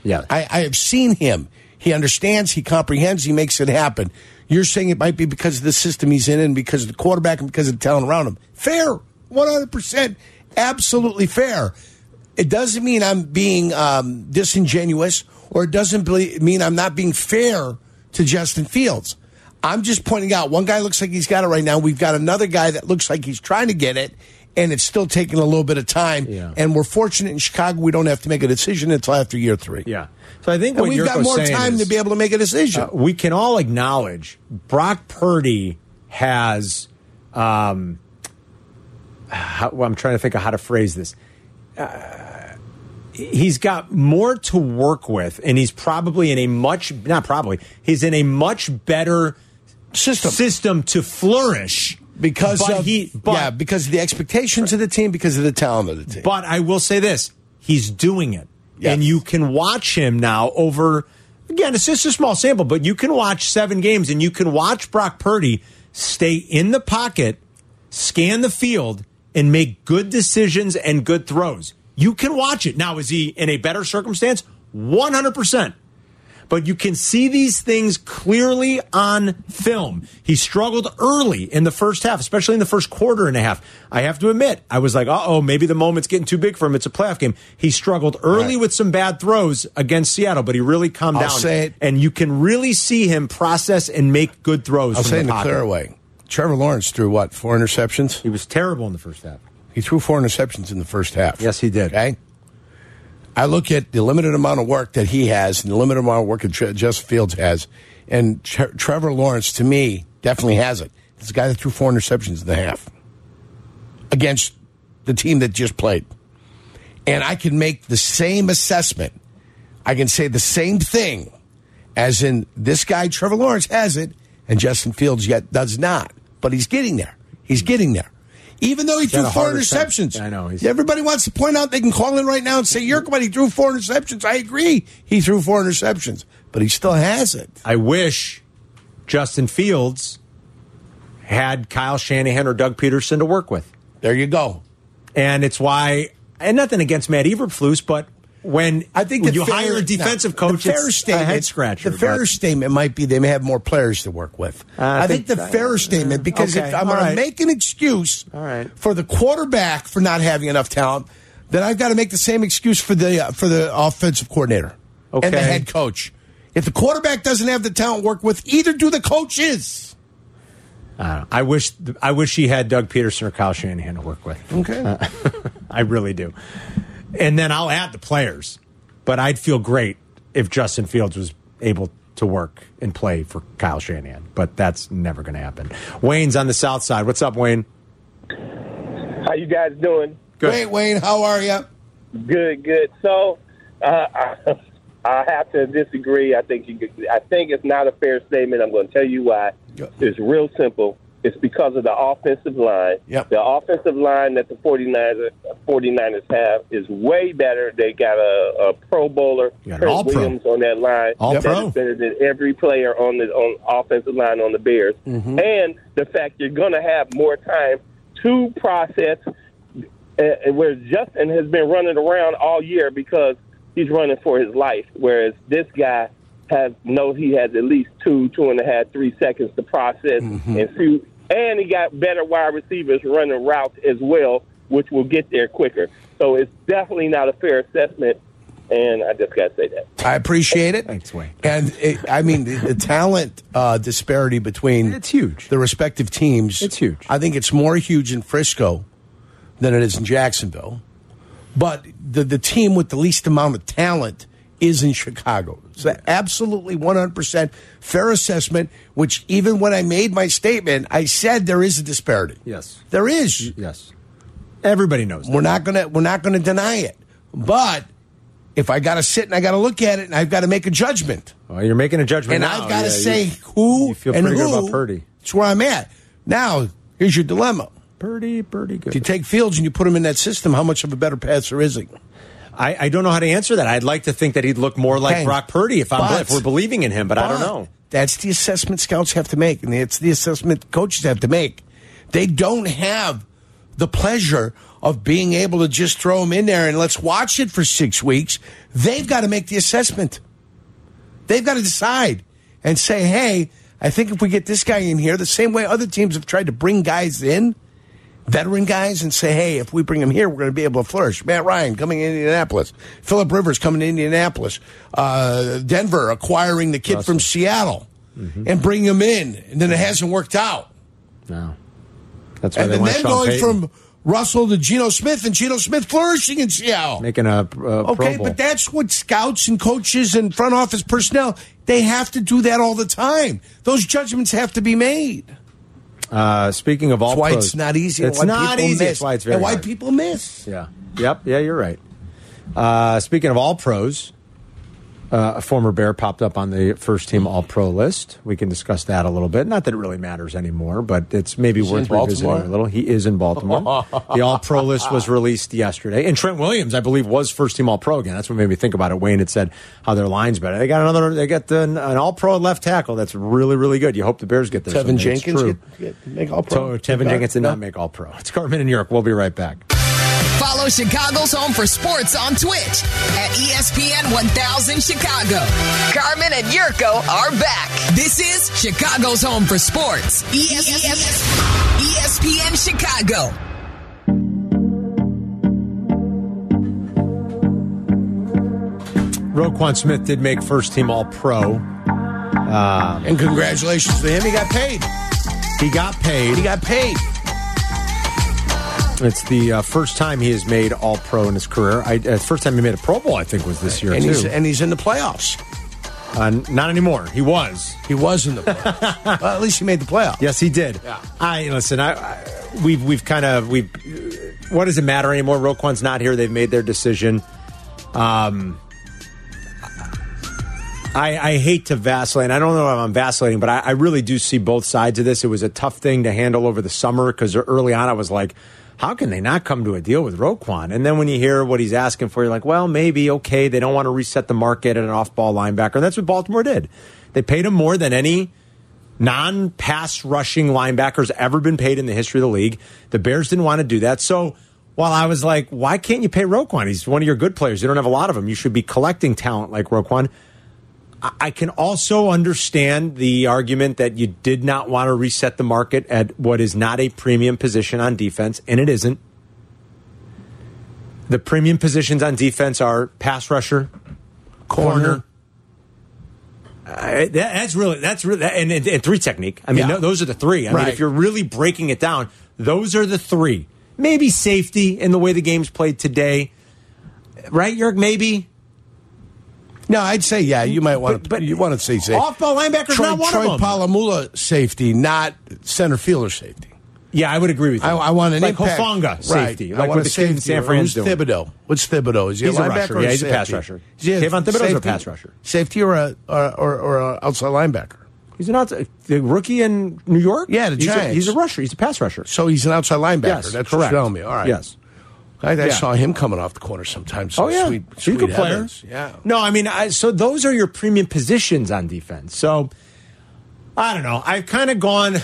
Speaker 1: yeah,
Speaker 2: I, I have seen him. He understands. He comprehends. He makes it happen. You're saying it might be because of the system he's in, and because of the quarterback, and because of the talent around him. Fair, 100, percent absolutely fair. It doesn't mean I'm being um, disingenuous, or it doesn't ble- mean I'm not being fair to Justin Fields. I'm just pointing out one guy looks like he's got it right now. We've got another guy that looks like he's trying to get it, and it's still taking a little bit of time.
Speaker 1: Yeah.
Speaker 2: And we're fortunate in Chicago, we don't have to make a decision until after year three.
Speaker 1: Yeah. So I think
Speaker 2: And
Speaker 1: what
Speaker 2: we've
Speaker 1: Yurko's
Speaker 2: got more
Speaker 1: saying
Speaker 2: time
Speaker 1: is-
Speaker 2: to be able to make a decision.
Speaker 1: Uh, we can all acknowledge Brock Purdy has. Um, how, well, I'm trying to think of how to phrase this. Uh, he's got more to work with, and he's probably in a much not probably he's in a much better
Speaker 2: System.
Speaker 1: system to flourish
Speaker 2: because
Speaker 1: But
Speaker 2: of,
Speaker 1: he, but,
Speaker 2: yeah, because of the expectations of the team, because of the talent of the team.
Speaker 1: but I will say this: he's doing it,
Speaker 2: Yeah.
Speaker 1: and you can watch him now over. Again, it's just a small sample, but you can watch seven games, and you can watch Brock Purdy stay in the pocket, scan the field, and make good decisions and good throws. You can watch it now. Is he in a better circumstance? One hundred percent but you can see these things clearly on film. He struggled early in the first half, especially in the first quarter and a half. I have to admit, I was like, uh oh, maybe the moment's getting too big for him. It's a playoff game. He struggled early
Speaker 2: Right.
Speaker 1: with some bad throws against Seattle, but he really calmed
Speaker 2: I'll
Speaker 1: down.
Speaker 2: say it.
Speaker 1: And you can really see him process and make good throws.
Speaker 2: I'll
Speaker 1: from
Speaker 2: say in
Speaker 1: the
Speaker 2: a
Speaker 1: pocket.
Speaker 2: clear way. Trevor Lawrence threw what, four interceptions?
Speaker 1: He was terrible in the first half.
Speaker 2: He threw four interceptions in the first half.
Speaker 1: Yes, he did.
Speaker 2: Okay. I look at the limited amount of work that he has and the limited amount of work that Tre- Justin Fields has, and Tre- Trevor Lawrence, to me, definitely has it. It's a guy that threw four interceptions in the half against the team that just played. And I can make the same assessment. I can say the same thing as in this guy, Trevor Lawrence, has it, and Justin Fields yet does not. But he's getting there. He's getting there. Even though he threw
Speaker 1: had a
Speaker 2: four
Speaker 1: harder time.
Speaker 2: interceptions.
Speaker 1: I know, he's-
Speaker 2: Yeah, Everybody wants to point out they can call in right now and say, Yerk, but he threw four interceptions. I agree. He threw four interceptions, but he still has it.
Speaker 1: I wish Justin Fields had Kyle Shanahan or Doug Peterson to work with.
Speaker 2: There you go.
Speaker 1: and it's why and nothing against Matt Eberflus, but when
Speaker 2: I think
Speaker 1: when
Speaker 2: the
Speaker 1: you
Speaker 2: fair-
Speaker 1: hire a defensive
Speaker 2: no,
Speaker 1: coach,
Speaker 2: The fair
Speaker 1: it's
Speaker 2: statement,
Speaker 1: a head scratcher.
Speaker 2: The fair
Speaker 1: but-
Speaker 2: statement might be they may have more players to work with. I,
Speaker 1: I
Speaker 2: think,
Speaker 1: think-
Speaker 2: the fair
Speaker 1: uh,
Speaker 2: statement because
Speaker 1: okay,
Speaker 2: if I'm
Speaker 1: all
Speaker 2: going to
Speaker 1: right.
Speaker 2: make an excuse
Speaker 1: All right.
Speaker 2: for the quarterback for not having enough talent, then I've got to make the same excuse for the uh, for the offensive coordinator and the
Speaker 1: Okay.
Speaker 2: head coach. If the quarterback doesn't have the talent to work with, either do the coaches.
Speaker 1: I, don't know. I wish I wish he had Doug Peterson or Kyle Shanahan to work with. Uh,
Speaker 2: Okay.
Speaker 1: I really do. And then I'll add the players, but I'd feel great if Justin Fields was able to work and play for Kyle Shanahan, but that's never going to happen. Wayne's on the south side. What's up, Wayne?
Speaker 9: How you guys doing?
Speaker 1: Good.
Speaker 2: Wait, Wayne, how are you?
Speaker 9: Good, good. So, uh, I, I have to disagree. I think you, could- I think it's not a fair statement. I'm going to tell you why.
Speaker 2: Yep.
Speaker 9: It's real simple. It's because of the offensive line.
Speaker 2: Yep.
Speaker 9: The offensive line that the 49ers, 49ers have is way better. They got a, a Pro Bowler,
Speaker 1: You got an
Speaker 9: Kurt
Speaker 1: all-pro.
Speaker 9: Williams, on that line.
Speaker 1: All
Speaker 9: that
Speaker 1: pro.
Speaker 9: is better than every player on the on offensive line on the Bears.
Speaker 1: Mm-hmm.
Speaker 9: And the fact you're going to have more time to process uh, where Justin has been running around all year because he's running for his life, whereas this guy has knows he has at least two, two and a half, three seconds to process
Speaker 1: Mm-hmm.
Speaker 9: and see. And he got better wide receivers running routes as well, which will get there quicker. So it's definitely not a fair assessment, and I just got to say that.
Speaker 2: I appreciate it.
Speaker 1: Thanks, Wayne.
Speaker 2: And it, I mean, the, the talent uh, disparity between
Speaker 1: It's huge.
Speaker 2: The respective teams.
Speaker 1: It's huge.
Speaker 2: I think it's more huge in Frisco than it is in Jacksonville. But the the team with the least amount of talent is in Chicago. So absolutely 100% fair assessment. Which even when I made my statement, I said there is a disparity.
Speaker 1: Yes.
Speaker 2: there is.
Speaker 1: Yes. Everybody knows. that.
Speaker 2: We're not gonna we're not gonna deny it. But if I got to sit and I got to look at it and I've got to make a judgment.
Speaker 1: Well, Oh, you're making a judgment
Speaker 2: And
Speaker 1: now.
Speaker 2: I've got to
Speaker 1: Yeah,
Speaker 2: say
Speaker 1: you-
Speaker 2: who
Speaker 1: you feel
Speaker 2: and
Speaker 1: pretty
Speaker 2: who.
Speaker 1: good about Purdy.
Speaker 2: That's where I'm at. Now, here's your dilemma.
Speaker 1: Purdy, Purdy, good.
Speaker 2: If you take Fields and you put him in that system, how much of a better passer is he?
Speaker 1: I, I don't know how to answer that. I'd like to think that he'd look more like
Speaker 2: Okay.
Speaker 1: Brock Purdy if I'm
Speaker 2: But-
Speaker 1: if we're believing in him, but, I don't
Speaker 2: But
Speaker 1: know.
Speaker 2: That's the assessment scouts have to make, and it's the assessment coaches have to make. They don't have the pleasure of being able to just throw him in there and let's watch it for six weeks. They've got to make the assessment. They've got to decide and say, hey, I think if we get this guy in here, the same way other teams have tried to bring guys in, veteran guys, and say, hey, if we bring him here, we're going to be able to flourish. Matt Ryan coming to Indianapolis, Philip Rivers coming to Indianapolis, uh, Denver acquiring the kid from Seattle
Speaker 1: Mm-hmm.
Speaker 2: and bringing him in, and then it hasn't worked out.
Speaker 1: No. That's why
Speaker 2: And
Speaker 1: they
Speaker 2: then,
Speaker 1: went
Speaker 2: then
Speaker 1: Sean
Speaker 2: going
Speaker 1: Payton.
Speaker 2: from Russell to Geno Smith, and Geno Smith flourishing in Seattle.
Speaker 1: making a uh, Pro
Speaker 2: Okay,
Speaker 1: Bowl.
Speaker 2: but that's what scouts and coaches and front office personnel, they have to do that all the time. Those judgments have to be made.
Speaker 1: uh, speaking of all,
Speaker 2: That's why
Speaker 1: pros,
Speaker 2: it's not easy. and
Speaker 1: It's
Speaker 2: why
Speaker 1: not
Speaker 2: people
Speaker 1: easy.
Speaker 2: Miss,
Speaker 1: That's why it's very
Speaker 2: and why
Speaker 1: hard.
Speaker 2: people miss.
Speaker 1: Yeah. Yep. Yeah, you're right. Uh, speaking of all pros, uh, a former Bear popped up on the first team all pro list. We can discuss that a little bit. Not that it really matters anymore, but it's maybe worth
Speaker 2: in
Speaker 1: revisiting
Speaker 2: Baltimore?
Speaker 1: a little. He is in Baltimore. the all pro list was released yesterday. And Trent Williams, I believe, was first team all pro again. That's what made me think about it. Wayne had said how their line's better. They got another, they got the, an all pro left tackle that's really, really good. You hope the Bears get there.
Speaker 2: Tevin
Speaker 1: someday. It's
Speaker 2: Jenkins
Speaker 1: true.
Speaker 2: get- get- make all
Speaker 1: So
Speaker 2: pro.
Speaker 1: Tevin Jenkins did not make all pro. It's Carmen and York. We'll be right back.
Speaker 6: Follow Chicago's Home for Sports on Twitch at E ESPN 1000 Chicago. Carmen and Yurko are back. This is Chicago's Home for Sports. E ESPN Chicago.
Speaker 1: Roquan Smith did make first team All Pro.
Speaker 2: And congratulations to him. He got paid.
Speaker 1: He got paid.
Speaker 2: He got paid.
Speaker 1: it's the uh, first time he has made All Pro in his career. I, uh, first time he made a Pro Bowl, I think, was this year
Speaker 2: And he's,
Speaker 1: too.
Speaker 2: and he's in the playoffs.
Speaker 1: Uh, not anymore. He was.
Speaker 2: He was in the playoffs. well, at least he made the playoffs.
Speaker 1: Yes, he did.
Speaker 2: Yeah.
Speaker 1: I listen. I, I we've we've kind of we. What does it matter anymore? Roquan's not here. They've made their decision. Um, I I hate to vacillate. and I don't know if I'm vacillating, but I, I really do see both sides of this. It was a tough thing to handle over the summer because early on I was like. How can they not come to a deal with Roquan? And then when you hear what he's asking for, you're like, well, maybe, okay, they don't want to reset the market at an off ball linebacker. And that's what Baltimore did. They paid him more than any non pass rushing linebackers ever been paid in the history of the league. The Bears didn't want to do that. So while I was like, why can't you pay Roquan? He's one of your good players. You don't have a lot of them. You should be collecting talent like Roquan. I- I can also understand the argument that you did not want to reset the market at what is not a premium position on defense, and it isn't. The premium positions on defense are pass rusher, corner. I- that, that's really that's really that- and, and, and three technique. I mean,
Speaker 2: Yeah.
Speaker 1: tho- those are the three. I mean,
Speaker 2: Right.
Speaker 1: if you're really breaking it down, those are the three. Maybe safety in the way the game's played today, right, Yerk? Maybe
Speaker 2: No, I'd say yeah. You might want to,
Speaker 1: But- but-
Speaker 2: you want to say safe.
Speaker 1: off-ball linebacker's
Speaker 2: Troy,
Speaker 1: not one
Speaker 2: Troy
Speaker 1: of them.
Speaker 2: Polamalu safety, not center fielder safety.
Speaker 1: yeah, I would agree with you.
Speaker 2: I, I want an
Speaker 1: like
Speaker 2: impact.
Speaker 1: Hofanga safety,
Speaker 2: Right.
Speaker 1: like
Speaker 2: I want
Speaker 1: what
Speaker 2: a
Speaker 1: the kid in
Speaker 2: safety.
Speaker 1: San Fran's
Speaker 2: Who's
Speaker 1: doing.
Speaker 2: Thibodeau? What's Thibodeau? Is he
Speaker 1: He's a
Speaker 2: a linebacker
Speaker 1: rusher.
Speaker 2: or
Speaker 1: Yeah, he's a
Speaker 2: safety?
Speaker 1: pass rusher.
Speaker 2: Is he a
Speaker 1: Kayvon Thibodeau's a
Speaker 2: safety?
Speaker 1: pass rusher.
Speaker 2: Safety or a or or, or a outside linebacker.
Speaker 1: He's an outs- the rookie in New York.
Speaker 2: Yeah, the
Speaker 1: he's a,
Speaker 2: Giants.
Speaker 1: he's a rusher. He's a pass rusher.
Speaker 2: So he's an outside linebacker.
Speaker 1: yes,
Speaker 2: That's
Speaker 1: correct.
Speaker 2: What you're telling me. All right.
Speaker 1: Yes.
Speaker 2: I, I
Speaker 1: Yeah.
Speaker 2: saw him coming off the corner sometimes.
Speaker 1: Oh yeah,
Speaker 2: Sweet,
Speaker 1: he's a
Speaker 2: sweet
Speaker 1: good player.
Speaker 2: heavens. Yeah.
Speaker 1: No, I mean, I, so those are your premium positions on defense. So I don't know. I've kind of gone.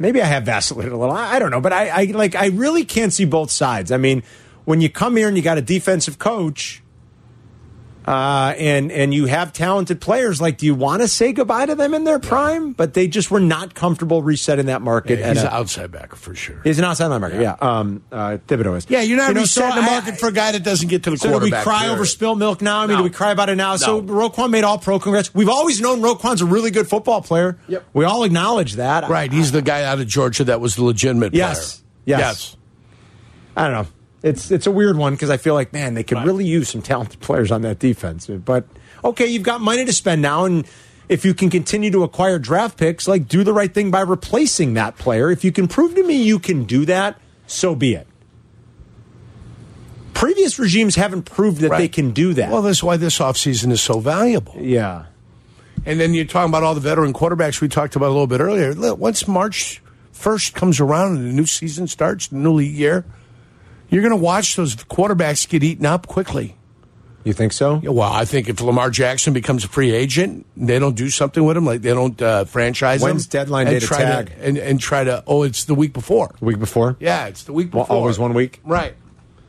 Speaker 1: Maybe I have vacillated a little. I, I don't know, but I, I like. I really can't see both sides. I mean, when you come here and you got a defensive coach. Uh, and and you have talented players. Like, do you want to say goodbye to them in their prime? But they just were not comfortable resetting that market.
Speaker 2: He's
Speaker 1: at
Speaker 2: an
Speaker 1: a-
Speaker 2: outside backer for sure.
Speaker 1: He's an outside linebacker. Yeah. Um, uh, Thibodeau is.
Speaker 2: Yeah, you're not
Speaker 1: You know, so
Speaker 2: resetting the
Speaker 1: I-
Speaker 2: market for a guy that doesn't get to the
Speaker 1: so do we
Speaker 2: quarterback.
Speaker 1: cry
Speaker 2: period.
Speaker 1: over spilled milk now? I mean,
Speaker 2: No.
Speaker 1: do we cry about it now? So
Speaker 2: No.
Speaker 1: Roquan made all pro. Congrats. We've always known Roquan's a really good football player.
Speaker 2: Yep.
Speaker 1: We all acknowledge that.
Speaker 2: Right, he's the guy out of Georgia that was the legitimate
Speaker 1: Yes.
Speaker 2: player.
Speaker 1: Yes. I don't know. It's it's a weird one because I feel like man, they could really use some talented players on that defense. But okay, you've got money to spend now, and if you can continue to acquire draft picks, like do the right thing by replacing that player. If you can prove to me you can do that, so be it. Previous regimes haven't proved that they
Speaker 2: Right.
Speaker 1: can do that.
Speaker 2: Well, that's why this offseason is so valuable.
Speaker 1: yeah.
Speaker 2: And then you're talking about all the veteran quarterbacks we talked about a little bit earlier. Look, once March 1st comes around and the new season starts, the new league year, you're going to watch those quarterbacks get eaten up quickly.
Speaker 1: You think so?
Speaker 2: Yeah, Well, I think if Lamar Jackson becomes a free agent, they don't do something with him, like they don't uh, franchise him.
Speaker 1: When's deadline
Speaker 2: and
Speaker 1: day to
Speaker 2: try
Speaker 1: tag?
Speaker 2: and, and try to, oh, it's the week before.
Speaker 1: Week before?
Speaker 2: Yeah, it's the week
Speaker 1: Well,
Speaker 2: before.
Speaker 1: always one week?
Speaker 2: Right.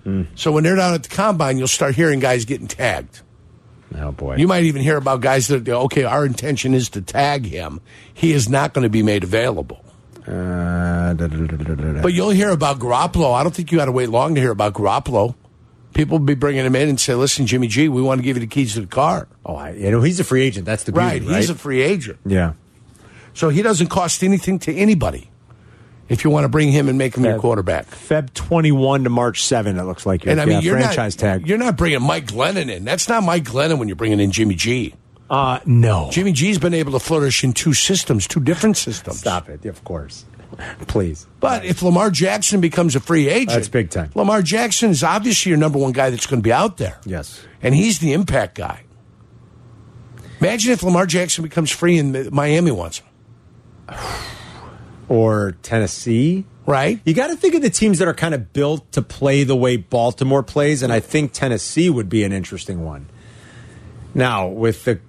Speaker 1: Hmm.
Speaker 2: So when they're down at the combine, you'll start hearing guys getting tagged.
Speaker 1: Oh boy.
Speaker 2: You might even hear about guys that, okay, our intention is to tag him. He is not going to be made available.
Speaker 1: Uh, da- da- da- da- da- da- da.
Speaker 2: But you'll hear about Garoppolo. I don't think you got to wait long to hear about Garoppolo. People will be bringing him in and say, listen, Jimmy G, we want to give you the keys to the car.
Speaker 1: oh, I, you know he's a free agent. That's the beauty, right.
Speaker 2: He's a free agent.
Speaker 1: yeah.
Speaker 2: So he doesn't cost anything to anybody. if you want to bring him and make him your
Speaker 1: Feb-
Speaker 2: quarterback.
Speaker 1: Feb 21 to March 7, it looks like.
Speaker 2: And I mean,
Speaker 1: yeah,
Speaker 2: you're
Speaker 1: franchise
Speaker 2: not,
Speaker 1: tag.
Speaker 2: You're not bringing Mike Glennon in. That's not Mike Glennon when you're bringing in Jimmy G.
Speaker 1: Uh, no.
Speaker 2: Jimmy G's been able to flourish in two systems, two different systems.
Speaker 1: Stop it. Of course. Please.
Speaker 2: But if Lamar Jackson becomes a free agent,
Speaker 1: That's big time.
Speaker 2: Lamar Jackson is obviously your number one guy that's going to be out there.
Speaker 1: Yes.
Speaker 2: and he's the impact guy. Imagine if Lamar Jackson becomes free and Miami wants him,
Speaker 1: Or Tennessee.
Speaker 2: right?
Speaker 1: You got to think of the teams that are kind of built to play the way Baltimore plays, and I think Tennessee would be an interesting one. Now, with the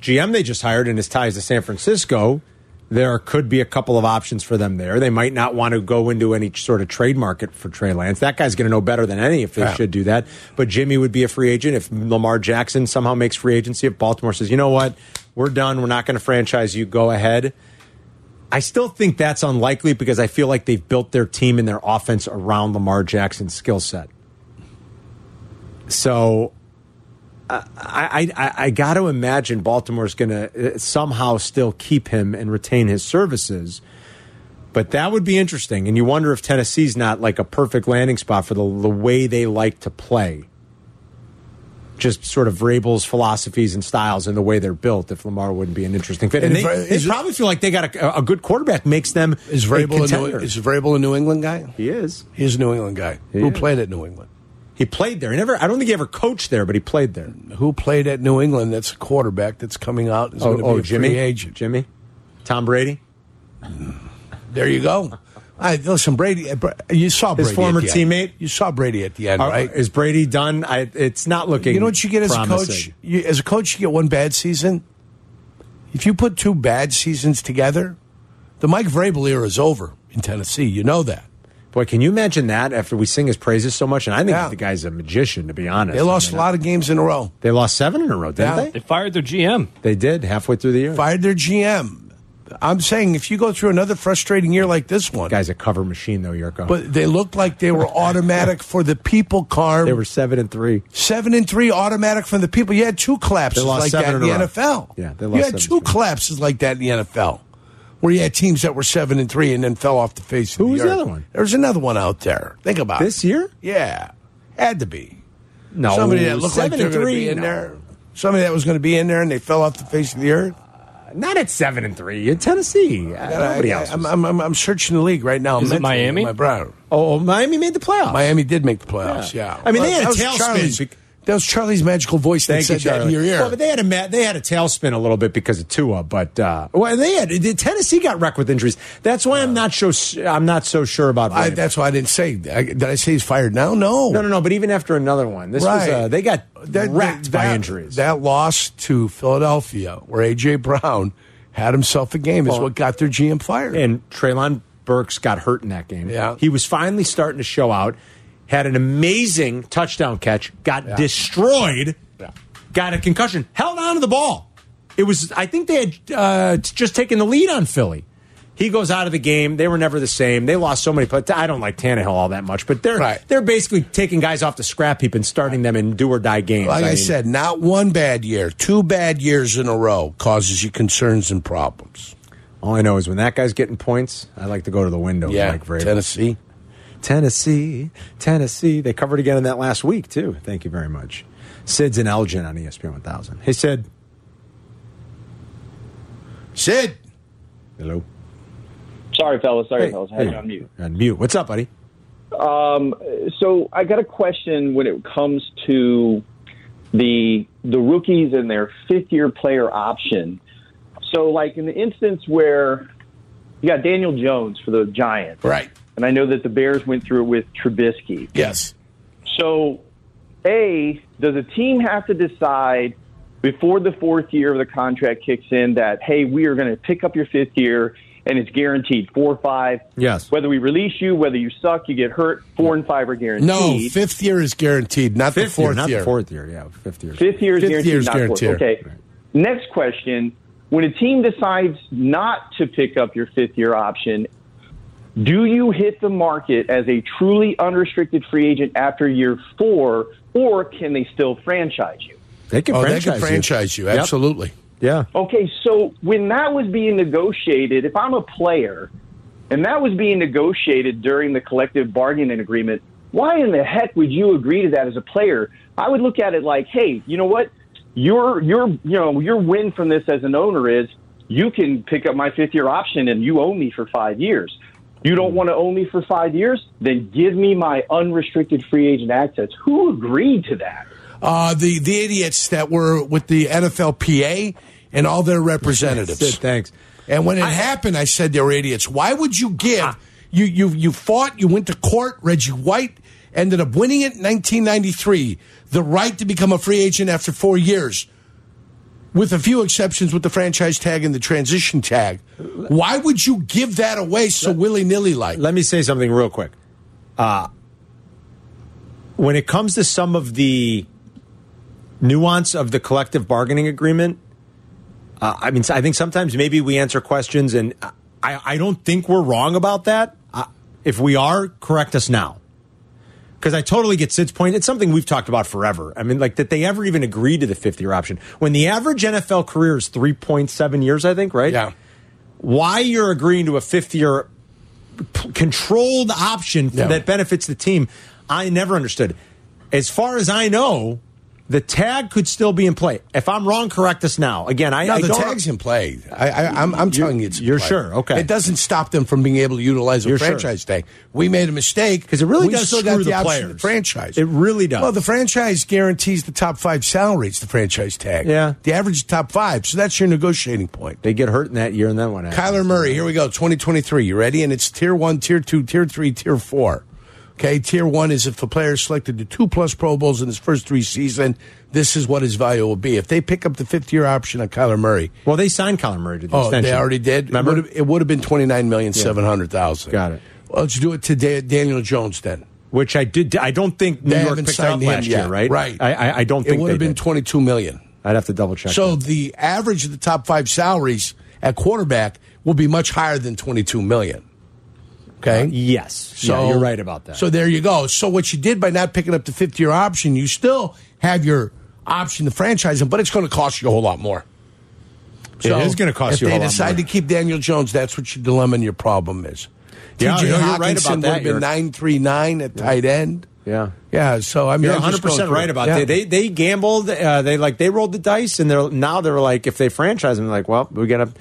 Speaker 1: GM they just hired and his ties to San Francisco, there could be a couple of options for them there. They might not want to go into any sort of trade market for Trey Lance. That guy's going to know better than any if they
Speaker 2: Yeah.
Speaker 1: should do that. But Jimmy would be a free agent if Lamar Jackson somehow makes free agency. If Baltimore says, you know what, we're done, we're not going to franchise you, go ahead. I still think that's unlikely because I feel like they've built their team and their offense around Lamar Jackson's skill set. So uh, I, I, I- I got to imagine Baltimore's going to somehow still keep him and retain his services. But that would be interesting. And you wonder if Tennessee's not like a perfect landing spot for the, the way they like to play. Just sort of Rabel's philosophies and styles and the way they're built. If Lamar wouldn't be an interesting fit, and,
Speaker 2: And
Speaker 1: they,
Speaker 2: if-
Speaker 1: they
Speaker 2: is-
Speaker 1: probably feel like they got a, a good quarterback makes them
Speaker 2: Is
Speaker 1: a
Speaker 2: Vrabel, a New,
Speaker 1: contender.
Speaker 2: is Vrabel a New England guy?
Speaker 1: he is.
Speaker 2: He's a New England guy. Who
Speaker 1: is.
Speaker 2: played at New England?
Speaker 1: He played there. He never. I don't think he ever coached there, but he played there.
Speaker 2: Who played at New England? That's a quarterback that's coming out. Is going to be a free agent.
Speaker 1: Oh, Jimmy, Tom Brady.
Speaker 2: There you go. I, listen, Brady. Bra- You saw
Speaker 1: His
Speaker 2: Brady at
Speaker 1: former
Speaker 2: the end.
Speaker 1: teammate?
Speaker 2: You saw Brady at the end,
Speaker 1: Are-
Speaker 2: right?
Speaker 1: Is Brady done? I, it's not looking.
Speaker 2: you know what you get as
Speaker 1: promising.
Speaker 2: a coach? You, as a coach, you get one bad season. If you put two bad seasons together, the Mike Vrabel era is over in Tennessee. You know that.
Speaker 1: Boy, can you imagine that after we sing his praises so much? And I think
Speaker 2: Yeah.
Speaker 1: the guy's a magician, to be honest.
Speaker 2: They lost a lot of games in a row.
Speaker 1: They lost seven in a row, didn't
Speaker 2: Yeah.
Speaker 1: they?
Speaker 4: They fired their GM.
Speaker 1: They did halfway through the year.
Speaker 2: Fired their GM. I'm saying if you go through another frustrating year like this one,
Speaker 1: Guy's a cover machine, though, Yurko.
Speaker 2: but they looked like they were automatic for the people, Carm.
Speaker 1: they were seven and three.
Speaker 2: Seven and three automatic from the people. You had two collapses
Speaker 1: They lost
Speaker 2: like that
Speaker 1: seven
Speaker 2: in,
Speaker 1: in a
Speaker 2: the
Speaker 1: row.
Speaker 2: NFL.
Speaker 1: Yeah, they
Speaker 2: you
Speaker 1: lost
Speaker 2: had
Speaker 1: seven
Speaker 2: two
Speaker 1: straight.
Speaker 2: collapses like that in the NFL, where you had teams that were seven and three and then fell off the face.
Speaker 1: Who
Speaker 2: of the
Speaker 1: was the
Speaker 2: earth.
Speaker 1: other one?
Speaker 2: There's another one out there. Think about
Speaker 1: This
Speaker 2: it.
Speaker 1: year?
Speaker 2: Yeah, had to be
Speaker 1: No,
Speaker 2: somebody that looked like
Speaker 1: seven
Speaker 2: they were
Speaker 1: and
Speaker 2: going to
Speaker 1: three
Speaker 2: be in
Speaker 1: no.
Speaker 2: there. Somebody that was going to be in there and they fell off the face of the earth.
Speaker 1: Not at seven and three in Tennessee. Uh, Nobody
Speaker 2: I,
Speaker 1: else.
Speaker 2: I'm,
Speaker 1: was-
Speaker 2: I'm, I'm, I'm searching the league right now.
Speaker 4: Is it
Speaker 2: mentally in
Speaker 4: Miami?
Speaker 2: My brow.
Speaker 1: oh, Miami made the playoffs.
Speaker 2: Miami did make the playoffs. Yeah.
Speaker 1: Yeah. I mean, they had a
Speaker 2: that was
Speaker 1: tailspin.
Speaker 2: Charlie's- That was Charlie's magical voice that
Speaker 1: Thank you,
Speaker 2: said that
Speaker 1: Charlie.
Speaker 2: in your ear.
Speaker 1: Well, but they had a ma- they had a tailspin a little bit because of Tua, but uh, well, they had the- Tennessee got wrecked with injuries. That's why I'm not so I'm not so sure about.
Speaker 2: I,
Speaker 1: Vrabel.
Speaker 2: that's why I didn't say. I, did I say he's fired now? No.
Speaker 1: no, no, no. But even after another one, this was uh, they got wrecked by injuries.
Speaker 2: That loss to Philadelphia, where AJ Brown had himself a game, is
Speaker 1: Well-
Speaker 2: what got their GM fired.
Speaker 1: and Traylon Burks got hurt in that game.
Speaker 2: Yeah.
Speaker 1: he was finally starting to show out. Had an amazing touchdown catch. Got destroyed.
Speaker 2: Yeah.
Speaker 1: Got a concussion. Held on to the ball. It was. I think they had uh, just taken the lead on Philly. He goes out of the game. They were never the same. They lost so many. But I don't like Tannehill all that much. But they're
Speaker 2: Right.
Speaker 1: they're basically taking guys off the scrap heap and starting them in do or die games.
Speaker 2: like I,
Speaker 1: mean,
Speaker 2: said, not one bad year, two bad years in a row causes you concerns and problems.
Speaker 1: all I know is when that guy's getting points, I like to go to the window. with
Speaker 2: Yeah,
Speaker 1: Mike Vrabel.
Speaker 2: Tennessee.
Speaker 1: Tennessee, Tennessee. They covered again in that last week, too. Thank you very much. Sid's and Elgin on E ESPN 1000. Hey, Sid.
Speaker 2: Sid,
Speaker 1: Hello.
Speaker 10: Sorry, fellas. Sorry,
Speaker 1: Hey,
Speaker 10: fellas. I
Speaker 1: hey.
Speaker 10: had you on mute.
Speaker 1: You're On mute. What's up, buddy?
Speaker 10: So I got a question when it comes to the the rookies and their fifth year player option. So, like in the instance where you got Daniel Jones for the Giants,
Speaker 2: right?
Speaker 10: and I know that the Bears went through it with Trubisky.
Speaker 2: Yes.
Speaker 10: So, A, does a team have to decide before the fourth year of the contract kicks in that, hey, we are going to pick up your fifth year and it's guaranteed four or five?
Speaker 1: Yes.
Speaker 10: Whether we release you, whether you suck, you get hurt, four and five are guaranteed.
Speaker 2: No, fifth year is guaranteed, not the fourth
Speaker 1: year, not
Speaker 2: year.
Speaker 1: the fourth year. Yeah, fifth year.
Speaker 10: Fifth year is
Speaker 2: Fifth
Speaker 10: guaranteed.
Speaker 2: year's
Speaker 10: not fourth.
Speaker 2: guaranteed.
Speaker 10: Okay. Next question: When a team decides not to pick up your fifth year option, do you hit the market as a truly unrestricted free agent after year four, or can they still franchise you?
Speaker 1: They can
Speaker 2: Oh, they
Speaker 1: franchise
Speaker 2: could franchise you, absolutely.
Speaker 1: Yep. Yeah.
Speaker 10: Okay, so when that was being negotiated, if I'm a player And that was being negotiated during the collective bargaining agreement. Why in the heck would you agree to that as a player? I would look at it like, hey, you know what? Your your you know your win from this as an owner is you can pick up my fifth year option and you own me for five years. You don't want to own me for five years? Then give me my unrestricted free agent access. Who agreed to that?
Speaker 2: Uh, the the idiots that were with the NFLPA and all their representatives.
Speaker 1: That's it, thanks.
Speaker 2: And when it happened, I said they're idiots. Why would you give? You you you fought. You went to court. Reggie White ended up winning it in 1993. The right to become a free agent after four years, with a few exceptions, with the franchise tag and the transition tag. Why would you give that away so willy nilly like?
Speaker 1: Let me say something real quick. Uh, when it comes to some of the nuance of the collective bargaining agreement, uh, I mean, I think sometimes maybe we answer questions, and I, I don't think we're wrong about that. Uh, if we are, correct us now. Because I totally get Sid's point. It's something we've talked about forever. I mean, like, did they ever even agree to the fifth year option? When the average NFL career is 3.7 years, I think, right?
Speaker 2: Yeah.
Speaker 1: Why you're agreeing to a fifth year p- controlled option
Speaker 2: Yeah.
Speaker 1: that benefits the team, I never understood. As far as I know, the tag could still be in play. If I'm wrong, correct us now. Again, I,
Speaker 2: No,
Speaker 1: I
Speaker 2: the
Speaker 1: don't.
Speaker 2: tag's in play. I, I, I'm, I'm telling you, it's in
Speaker 1: you're
Speaker 2: play.
Speaker 1: sure? Okay.
Speaker 2: It doesn't stop them from being able to utilize a
Speaker 1: You're sure.
Speaker 2: franchise tag. We made a mistake
Speaker 1: 'Cause it really
Speaker 2: we
Speaker 1: does
Speaker 2: still
Speaker 1: screw
Speaker 2: got the,
Speaker 1: the
Speaker 2: option of
Speaker 1: players.
Speaker 2: franchise.
Speaker 1: It really does.
Speaker 2: Well, the franchise guarantees the top five salaries. The franchise tag.
Speaker 1: Yeah.
Speaker 2: The average top five. So that's your negotiating point.
Speaker 1: they get hurt in that year, and then what happens?
Speaker 2: Kyler Murray, here we go, 2023. You ready? And it's tier one, tier two, tier three, tier four. Okay, tier one is if a player is selected to two plus Pro Bowls in his first three season, this is what his value will be. If they pick up the fifth year option on Kyler Murray,
Speaker 1: Well, they signed Kyler Murray to the
Speaker 2: oh,
Speaker 1: extension.
Speaker 2: they already did.
Speaker 1: Remember?
Speaker 2: it would have, it would have been twenty nine million seven hundred thousand.
Speaker 1: Got it.
Speaker 2: Well, let's do it to Da- Daniel Jones then.
Speaker 1: Which I did. I don't think New
Speaker 2: They
Speaker 1: York
Speaker 2: haven't
Speaker 1: picked up
Speaker 2: signed him
Speaker 1: last
Speaker 2: yet.
Speaker 1: year, right?
Speaker 2: Right.
Speaker 1: I, I, I don't
Speaker 2: It
Speaker 1: think
Speaker 2: would
Speaker 1: they
Speaker 2: have been
Speaker 1: did.
Speaker 2: twenty two million.
Speaker 1: I'd have to double check.
Speaker 2: So the average of the top five salaries at quarterback will be much higher than twenty two million. Okay.
Speaker 1: yes,
Speaker 2: So
Speaker 1: Yeah, you're right about that.
Speaker 2: So there you go. So what you did by not picking up the fifth year option, you still have your option to franchise him, but it's going to cost you a whole lot more.
Speaker 1: It is gonna cost
Speaker 2: if
Speaker 1: you a
Speaker 2: they
Speaker 1: whole lot
Speaker 2: decide
Speaker 1: more.
Speaker 2: to keep Daniel Jones, that's what your dilemma and your problem is.
Speaker 1: Yeah,
Speaker 2: T.J.
Speaker 1: no, you're right
Speaker 2: Hockenson
Speaker 1: about that,
Speaker 2: would have been
Speaker 1: Eric.
Speaker 2: nine three nine at tight end.
Speaker 1: yeah.
Speaker 2: Yeah, so I mean,
Speaker 1: You're
Speaker 2: I'm
Speaker 1: 100
Speaker 2: just going
Speaker 1: percent
Speaker 2: through
Speaker 1: right
Speaker 2: it.
Speaker 1: about
Speaker 2: Yeah.
Speaker 1: that. They they gambled. Uh, they like they rolled the dice, and they're now they're like if they franchise him, they're like well we gotta.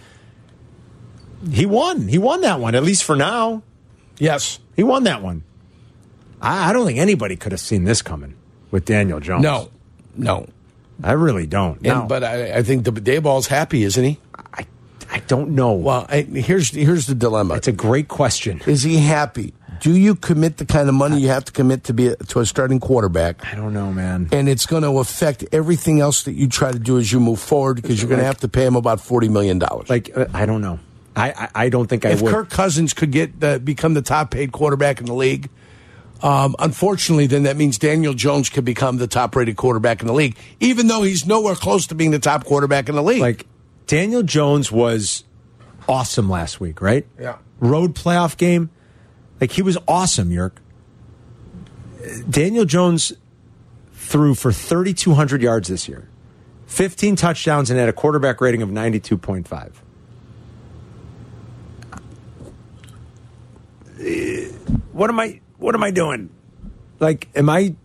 Speaker 1: He won. He won that one at least for now.
Speaker 2: Yes.
Speaker 1: He won that one. I, I don't think anybody could have seen this coming with Daniel Jones.
Speaker 2: No. No.
Speaker 1: I really don't.
Speaker 2: And,
Speaker 1: no,
Speaker 2: But I, I think the Dayball's happy, isn't he?
Speaker 1: I I don't know.
Speaker 2: Well, I, here's here's the dilemma.
Speaker 1: it's a great question.
Speaker 2: Is he happy? Do you commit the kind of money you have to commit to be a, to a starting quarterback?
Speaker 1: I don't know, man.
Speaker 2: And it's going to affect everything else that you try to do as you move forward because you're going to have to pay him about forty million dollars.
Speaker 1: Like uh, I don't know. I I, I don't think I
Speaker 2: if
Speaker 1: would.
Speaker 2: Kirk Cousins could get the, become the top paid quarterback in the league, um, unfortunately, then that means Daniel Jones could become the top rated quarterback in the league, even though he's nowhere close to being the top quarterback in the league.
Speaker 1: like Daniel Jones was awesome last week, right?
Speaker 2: Yeah.
Speaker 1: Road playoff game. Like he was awesome, Yerk. Uh, Daniel Jones threw for 3200 yards this year. 15 touchdowns and had a quarterback rating of 92.5. Uh, What am I what am I doing? Like am I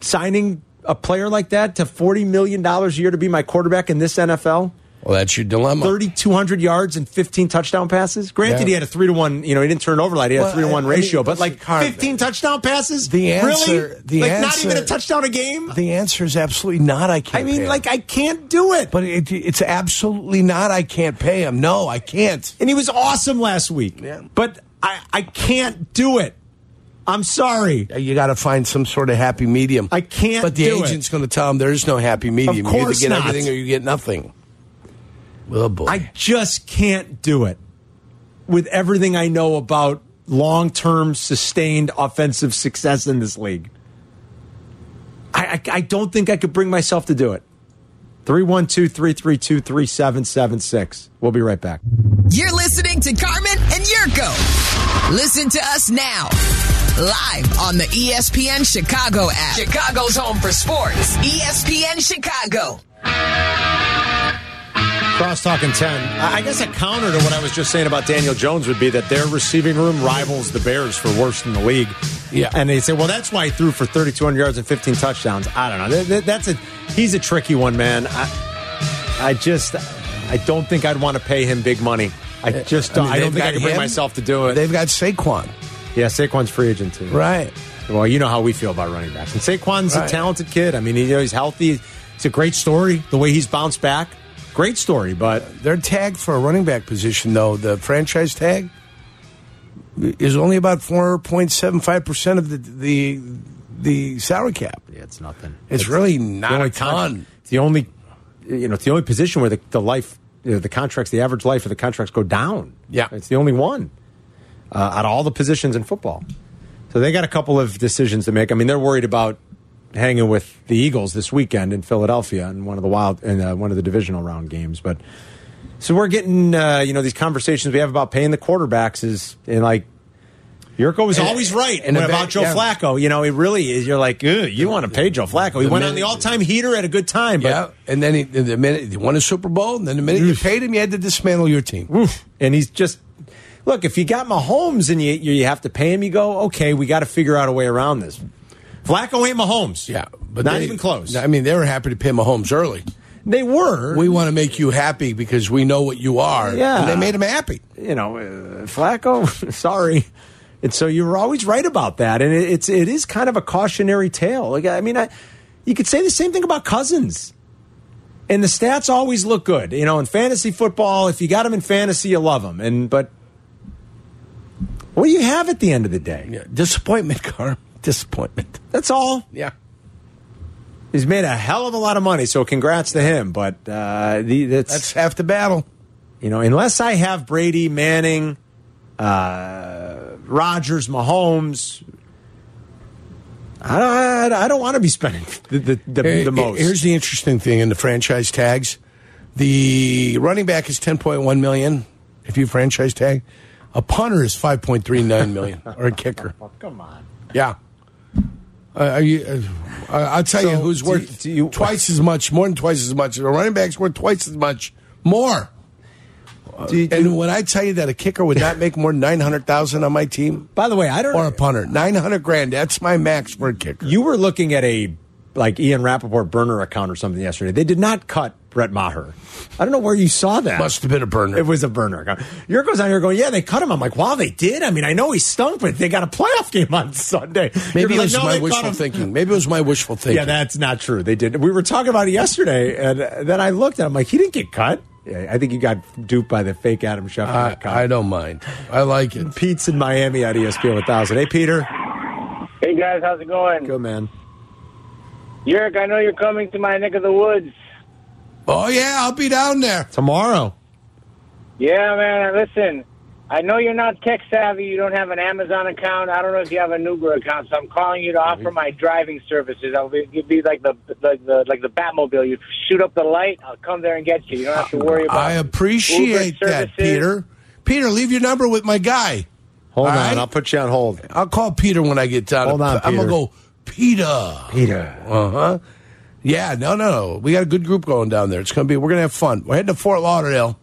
Speaker 1: signing a player like that to forty million dollars a year to be my quarterback in this NFL?
Speaker 2: well, that's your dilemma.
Speaker 1: Thirty two hundred yards and fifteen touchdown passes. Granted,
Speaker 2: Yeah.
Speaker 1: he had a three to one. You know, he didn't turn over light. He had
Speaker 2: Well,
Speaker 1: a three to one
Speaker 2: I- I
Speaker 1: ratio,
Speaker 2: mean,
Speaker 1: but like
Speaker 2: Carr,
Speaker 1: fifteen touchdown passes.
Speaker 2: the answer-
Speaker 1: really,
Speaker 2: the
Speaker 1: like not
Speaker 2: answer-
Speaker 1: even a touchdown a game.
Speaker 2: the answer is absolutely not. I
Speaker 1: I
Speaker 2: can't. pay
Speaker 1: mean,
Speaker 2: him.
Speaker 1: like I can't do it.
Speaker 2: But it, it's absolutely not. I can't pay him. No, I can't.
Speaker 1: and he was awesome last week.
Speaker 2: Yeah.
Speaker 1: But I, I can't do it. I'm sorry.
Speaker 2: You got to find some sort of happy medium.
Speaker 1: I can't
Speaker 2: But the
Speaker 1: do it.
Speaker 2: agent's going to tell him there is no happy medium. you either
Speaker 1: course
Speaker 2: get
Speaker 1: not.
Speaker 2: everything or you get nothing. Oh boy.
Speaker 1: I just can't do it with everything I know about long term sustained offensive success in this league. I, I, I don't think I could bring myself to do it. 312 332 3776. We'll be right back.
Speaker 6: You're listening to Carmen and Yurko. Listen to us now. Live on the E ESPN Chicago app. E Chicago's home for sports. ESPN Chicago.
Speaker 1: Crosstalk in 10. I I guess a counter to what I was just saying about Daniel Jones would be that their receiving room rivals the Bears for worst in the league.
Speaker 2: Yeah.
Speaker 1: And they say, well, that's why he threw for 3,200 yards and 15 touchdowns. I don't know. Th- th- That's a, he's a tricky one, man. I, I just, I don't think I'd want to pay him big money. I just don't, I,
Speaker 2: Eh, mean,
Speaker 1: don't
Speaker 2: they've
Speaker 1: think I
Speaker 2: got
Speaker 1: can bring
Speaker 2: him.
Speaker 1: myself to do it.
Speaker 2: They've got Saquon,
Speaker 1: yeah, Saquon's free agent too.
Speaker 2: right?
Speaker 1: Well, you know how we feel about running backs. And Saquon's
Speaker 2: Right.
Speaker 1: a talented kid. I mean, you know, he's healthy. It's a great story. The way he's bounced back, great story. But
Speaker 2: Their tag for a running back position, though, the franchise tag, is only about four point seven five percent of the the the salary cap.
Speaker 1: yeah, it's nothing.
Speaker 2: It's, really not
Speaker 1: con-
Speaker 2: a ton.
Speaker 1: It's the only, you know, it's the only position where the, the life, you know, the contracts, the average life of the contracts go down.
Speaker 2: Yeah.
Speaker 1: it's the only one uh, out of all the positions in football. So they got a couple of decisions to make. I mean, they're worried about hanging with the Eagles this weekend in Philadelphia in one of the wild in uh, one of the divisional round games, but. So we're getting, uh, you know, these conversations we have about paying the quarterbacks is, and like, Yurko was always right
Speaker 2: and
Speaker 1: and
Speaker 2: a
Speaker 1: about
Speaker 2: bad-
Speaker 1: Joe
Speaker 2: yeah.
Speaker 1: Flacco. You know, it really is. You're like, "Ugh, you want to pay Joe Flacco. He
Speaker 2: The
Speaker 1: went
Speaker 2: minute-
Speaker 1: on the all-time heater at a good time, but
Speaker 2: yeah, and then he, the minute you won a Super Bowl, and then the minute you paid him, you had to dismantle your team.
Speaker 1: and he's just look. If you got Mahomes and you you have to pay him, you go, okay, we got to figure out a way around this. Flacco ain't Mahomes.
Speaker 2: Yeah,
Speaker 1: but not
Speaker 2: they-
Speaker 1: even close.
Speaker 2: I mean, they were happy to pay Mahomes early.
Speaker 1: they were.
Speaker 2: We want to make you happy because we know what you are.
Speaker 1: Yeah.
Speaker 2: and they made him happy.
Speaker 1: you know, uh, Flacco, sorry. And so you were always right about that, and it, it's it is kind of a cautionary tale. Like, I mean, I, you could say the same thing about Cousins, and the stats always look good. You know, in fantasy football, if you got him in fantasy, you love him, and but what do you have at the end of the day?
Speaker 2: Yeah, disappointment, Carm. Disappointment.
Speaker 1: That's all.
Speaker 2: Yeah.
Speaker 1: He's made a hell of a lot of money, so congrats to him. But uh, the, that's,
Speaker 2: That's half the battle.
Speaker 1: You know, unless I have Brady, Manning, uh, Rogers, Mahomes, I don't, I don't want to be spending the, the, the, the
Speaker 2: Here-
Speaker 1: most.
Speaker 2: Here's the interesting thing in the franchise tags. The running back is 10.1 million if you franchise tag. A punter is 5.39 million or a kicker.
Speaker 1: Come on.
Speaker 2: Yeah. Uh, are you, uh, I'll tell you
Speaker 1: So,
Speaker 2: who's
Speaker 1: do
Speaker 2: worth
Speaker 1: you- do you-
Speaker 2: twice as much, more than twice as much. A running back's worth twice as much, more.
Speaker 1: Uh,
Speaker 2: and when I tell you that a kicker would not make more than 900,000 on my team
Speaker 1: By the way, I don't.
Speaker 2: or a punter, 900 grand, that's my max for a kicker.
Speaker 1: you were looking at a like Ian Rappaport burner account or something yesterday. They did not cut Brett Maher. I don't know where you saw that.
Speaker 2: Must have been a burner.
Speaker 1: It was a burner account. Yurko's on here going, yeah, they cut him. I'm like, wow, they did. I mean, I know he stunk, but they got a playoff game on Sunday.
Speaker 2: Maybe it
Speaker 1: You're
Speaker 2: was
Speaker 1: like, "No,
Speaker 2: my
Speaker 1: they cut
Speaker 2: wishful
Speaker 1: him."
Speaker 2: thinking. Maybe it was my wishful thinking.
Speaker 1: Yeah, that's not true. They did. We were talking about it yesterday, and uh, then I looked at him like he didn't get cut. Yeah, I think he got duped by the fake Adam Schefter.
Speaker 2: I,
Speaker 1: cut.
Speaker 2: I don't mind. I like it.
Speaker 1: Pete's in Miami at E ESPN 1000. Hey, Peter.
Speaker 8: Hey guys, how's it going?
Speaker 1: Good man.
Speaker 8: Yerk, I know you're coming to my neck of the woods.
Speaker 2: Oh yeah, I'll be down there.
Speaker 1: Tomorrow.
Speaker 8: Yeah, man. Listen, I know you're not tech savvy. You don't have an Amazon account. I don't know if you have an Uber account. So I'm calling you to offer my driving services. I'll be, you'd be like the, like the like the Batmobile. You shoot up the light. I'll come there and get you. You don't have to worry
Speaker 1: Uh,
Speaker 8: about.
Speaker 2: I appreciate
Speaker 8: Uber
Speaker 2: that,
Speaker 8: services.
Speaker 2: Peter. Peter, leave your number with my guy.
Speaker 1: Hold
Speaker 2: All
Speaker 1: on.
Speaker 2: right.
Speaker 1: I'll put you on hold.
Speaker 2: I'll call Peter when I get down.
Speaker 1: Hold on,
Speaker 2: I'm gonna
Speaker 1: Peter.
Speaker 2: go, Peter.
Speaker 1: Peter.
Speaker 2: Uh huh. Yeah, no, no, no. We got a good group going down there. It's gonna be. We're gonna have fun. We're heading to Fort Lauderdale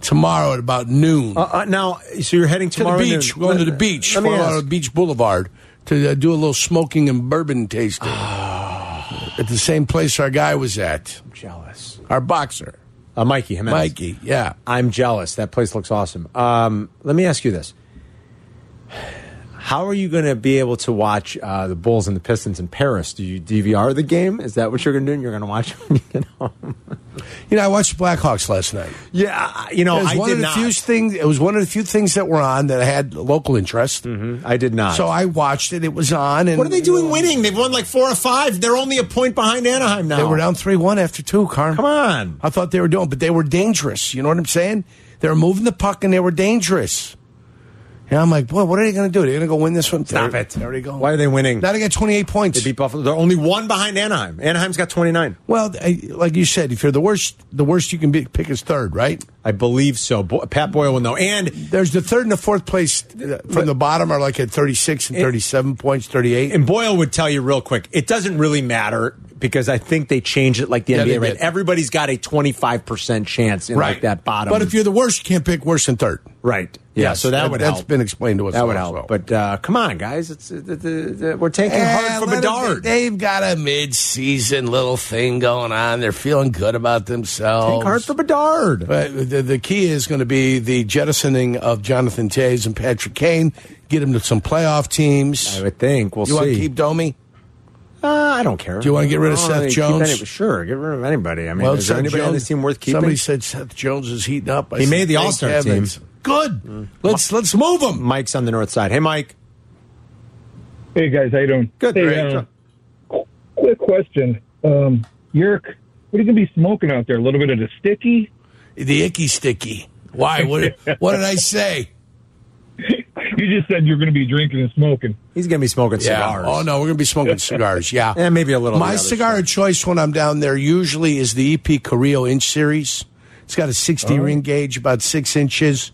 Speaker 2: tomorrow at about noon
Speaker 1: Uh, uh, now, so you're heading
Speaker 2: to the
Speaker 1: tomorrow
Speaker 2: beach.
Speaker 1: noon.
Speaker 2: We're going to the beach,
Speaker 1: Let
Speaker 2: Fort
Speaker 1: me
Speaker 2: Lauderdale
Speaker 1: ask,
Speaker 2: Beach Boulevard, to uh, do a little smoking and bourbon tasting
Speaker 1: Ah.
Speaker 2: at the same place our guy was at,
Speaker 1: I'm jealous.
Speaker 2: our boxer.
Speaker 1: Uh, Mikey Jimenez.
Speaker 2: Mikey, yeah.
Speaker 1: I'm jealous. That place looks awesome. Um, let me ask you this. How are you going to be able to watch uh, the Bulls and the Pistons in Paris? Do you DVR the game? Is that what you're going to do? And you're going to watch when you get home?
Speaker 2: You know, I watched the Blackhawks last night.
Speaker 1: Yeah, I- you know,
Speaker 2: it was
Speaker 1: I
Speaker 2: one
Speaker 1: did
Speaker 2: of the
Speaker 1: not.
Speaker 2: few things. It was one of the few things that were on that I had local interest.
Speaker 1: I did not.
Speaker 2: So I watched it. It was on. And
Speaker 1: what are they doing winning? They've won like four or five. They're only a point behind Anaheim now.
Speaker 2: They were down three one after two. Carm,
Speaker 1: Oh. Come on.
Speaker 2: I thought they were doing, but they were dangerous. You know what I'm saying? They were moving the puck and they were dangerous. And I'm like, boy, what are they going to do? They're going to go win this one?
Speaker 1: Stop
Speaker 2: There-
Speaker 1: it.
Speaker 2: There they go.
Speaker 1: Why are they winning?
Speaker 2: Now they got 28 points.
Speaker 1: They beat Buffalo. They're only one behind Anaheim. Anaheim's got 29.
Speaker 2: well, I, like you said, if you're the worst, the worst you can be, pick is third, right?
Speaker 1: I believe so. Bo- Pat Boyle will know. And
Speaker 2: There's the third and the fourth place uh, from the bottom are like at 36 and 37 points, 38.
Speaker 1: and Boyle would tell you real quick, it doesn't really matter because I think they changed it like the
Speaker 2: Yeah, they
Speaker 1: NBA. Right?
Speaker 2: did.
Speaker 1: Everybody's got a 25% chance in like that bottom.
Speaker 2: But if you're the worst, you can't pick worse than third.
Speaker 1: Right. Yeah,
Speaker 2: Yes,
Speaker 1: so that,
Speaker 2: that-
Speaker 1: would
Speaker 2: that's
Speaker 1: help.
Speaker 2: been explained to us
Speaker 1: That would
Speaker 2: also.
Speaker 1: help. But uh, come on, guys. It's, uh, the, the, the- we're taking
Speaker 2: Eh,
Speaker 1: hard from
Speaker 2: let 'em-
Speaker 1: Bedard.
Speaker 2: They've got a mid-season little thing going on. They're feeling good about themselves.
Speaker 1: Take hard for Bedard.
Speaker 2: But the, the key is going to be the jettisoning of Jonathan Tays and Patrick Kane. Get him to some playoff teams.
Speaker 1: I would think. We'll
Speaker 2: you want
Speaker 1: see.
Speaker 2: to keep Domi?
Speaker 1: uh, I don't care.
Speaker 2: Do you wanna get rid of
Speaker 1: I don't
Speaker 2: Seth
Speaker 1: really keep
Speaker 2: Jones?
Speaker 1: any- sure, get rid of anybody. I mean, is there
Speaker 2: Seth
Speaker 1: anybody on
Speaker 2: Jones-
Speaker 1: this team worth keeping?
Speaker 2: Somebody said Seth Jones is heating up. I
Speaker 1: He
Speaker 2: said,
Speaker 1: made the
Speaker 2: thank
Speaker 1: All-Star
Speaker 2: heavens.
Speaker 1: team. Mm.
Speaker 2: Good. Let's let's move him.
Speaker 1: Mike's on the north side. Hey, Mike.
Speaker 11: Hey guys, how you doing?
Speaker 1: Good.
Speaker 11: Hey,
Speaker 1: Great.
Speaker 11: uh, quick question, um, Yerk. What are you gonna be smoking out there? A little bit of the sticky?
Speaker 2: The icky sticky. Why? What? what did I say?
Speaker 11: You just said you're gonna be drinking and smoking.
Speaker 1: He's going to be smoking cigars.
Speaker 2: Oh no, we're gonna be smoking cigars. Yeah.
Speaker 1: And maybe a little. of
Speaker 2: My
Speaker 1: the other
Speaker 2: cigar
Speaker 1: stuff.
Speaker 2: of choice when I'm down there usually is the EP Carrillo Inch Series. It's got a 60
Speaker 1: Oh.
Speaker 2: ring gauge, about six inches.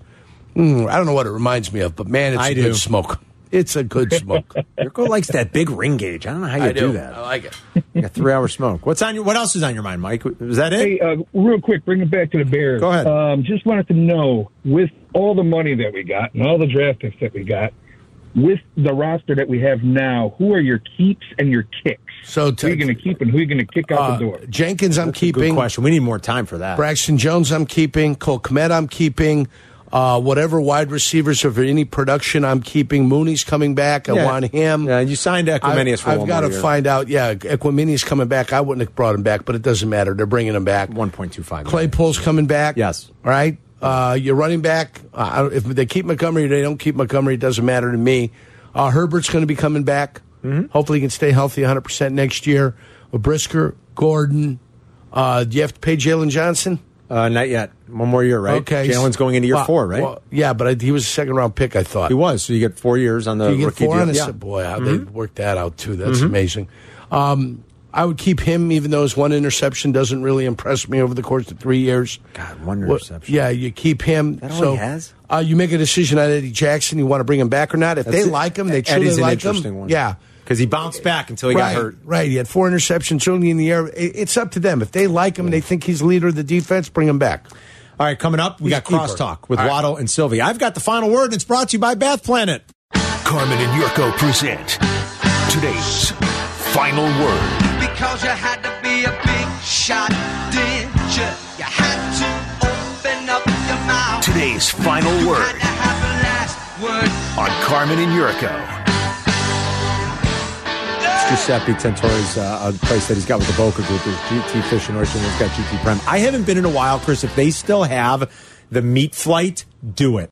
Speaker 2: Mm, I don't know what it reminds me of, but man, it's
Speaker 1: I
Speaker 2: a
Speaker 1: do.
Speaker 2: good smoke. It's a good smoke.
Speaker 1: Yurko likes that big ring gauge. I don't know how you do.
Speaker 2: I
Speaker 1: that.
Speaker 2: like it.
Speaker 1: Like a three-hour smoke. What's on your? What else is on your mind, Mike? Is that it?
Speaker 11: Hey, uh, real quick, bring it back to the Bears.
Speaker 1: Go ahead.
Speaker 11: Um, just wanted to know, with all the money that we got and all the draft picks that we got, with the roster that we have now, who are your keeps and your kicks?
Speaker 2: So
Speaker 11: who are you
Speaker 2: t-
Speaker 11: going to keep and who are you going to kick out
Speaker 2: Uh,
Speaker 11: the door?
Speaker 2: Jenkins, I'm
Speaker 1: Good
Speaker 2: keeping.
Speaker 1: question. We need more time for that.
Speaker 2: Braxton Jones, I'm keeping. Cole Kmet, I'm keeping. Uh, whatever wide receivers of any production, I'm keeping. Mooney's coming back. I
Speaker 1: Yeah.
Speaker 2: want him.
Speaker 1: Yeah, you signed Equimenius for
Speaker 2: I've,
Speaker 1: one
Speaker 2: I've got
Speaker 1: more
Speaker 2: to
Speaker 1: year.
Speaker 2: find out. Yeah, Equimini's coming back. I wouldn't have brought him back, but it doesn't matter. They're bringing him back.
Speaker 1: One point two five.
Speaker 2: Claypool's coming back.
Speaker 1: Yes.
Speaker 2: All right. Uh, you're running back. Uh, if they keep Montgomery or they don't keep Montgomery, it doesn't matter to me. Uh, Herbert's going to be coming back.
Speaker 1: Mm-hmm.
Speaker 2: Hopefully, he can stay healthy 100% next year. Uh, Brisker, Gordon. Uh, do you have to pay Jalen Johnson?
Speaker 1: Uh, not yet. One more year, right?
Speaker 2: Okay.
Speaker 1: Jalen's going into year
Speaker 2: Well,
Speaker 1: four, right?
Speaker 2: well, yeah, but I, he was a second round pick, I thought.
Speaker 1: he was. So you get four years on the
Speaker 2: You get
Speaker 1: Uh, rookie
Speaker 2: four
Speaker 1: deal.
Speaker 2: on us.
Speaker 1: Yeah. Mm-hmm.
Speaker 2: Boy, how they worked that out too. That's amazing. Um, I would keep him, even though his one interception doesn't really impress me over the course of three years.
Speaker 1: God, one
Speaker 2: Well,
Speaker 1: interception.
Speaker 2: yeah, you keep him.
Speaker 1: That all
Speaker 2: so
Speaker 1: he has?
Speaker 2: Uh, you make a decision on Eddie Jackson. You want to bring him back or not? If
Speaker 1: That's
Speaker 2: they
Speaker 1: it. E-
Speaker 2: like him, they truly
Speaker 1: Eddie's an
Speaker 2: like
Speaker 1: interesting
Speaker 2: him.
Speaker 1: one.
Speaker 2: Yeah.
Speaker 1: because he bounced back until he
Speaker 2: right,
Speaker 1: got hurt.
Speaker 2: right. He had four interceptions only in the air. It- It's up to them. If they like him and they think he's leader of the defense, bring him back.
Speaker 1: All right, coming up, we
Speaker 2: He's
Speaker 1: got
Speaker 2: a keeper.
Speaker 1: crosstalk with
Speaker 2: All right.
Speaker 1: Waddle and Sylvie. I've got the final word, and it's brought to you by Bath Planet.
Speaker 12: Carmen and Yurko present today's final word.
Speaker 6: Because you had to be a big shot, did you? You had to open up your mouth.
Speaker 12: Today's final word
Speaker 6: have the last word.
Speaker 12: on Carmen and Yurko.
Speaker 1: Giuseppe Tentori's uh, a place that he's got with the Boca Group. There's GT Fish and Ocean. He's got GT Prime. I haven't been in a while, Chris. If they still have the meat flight, do it.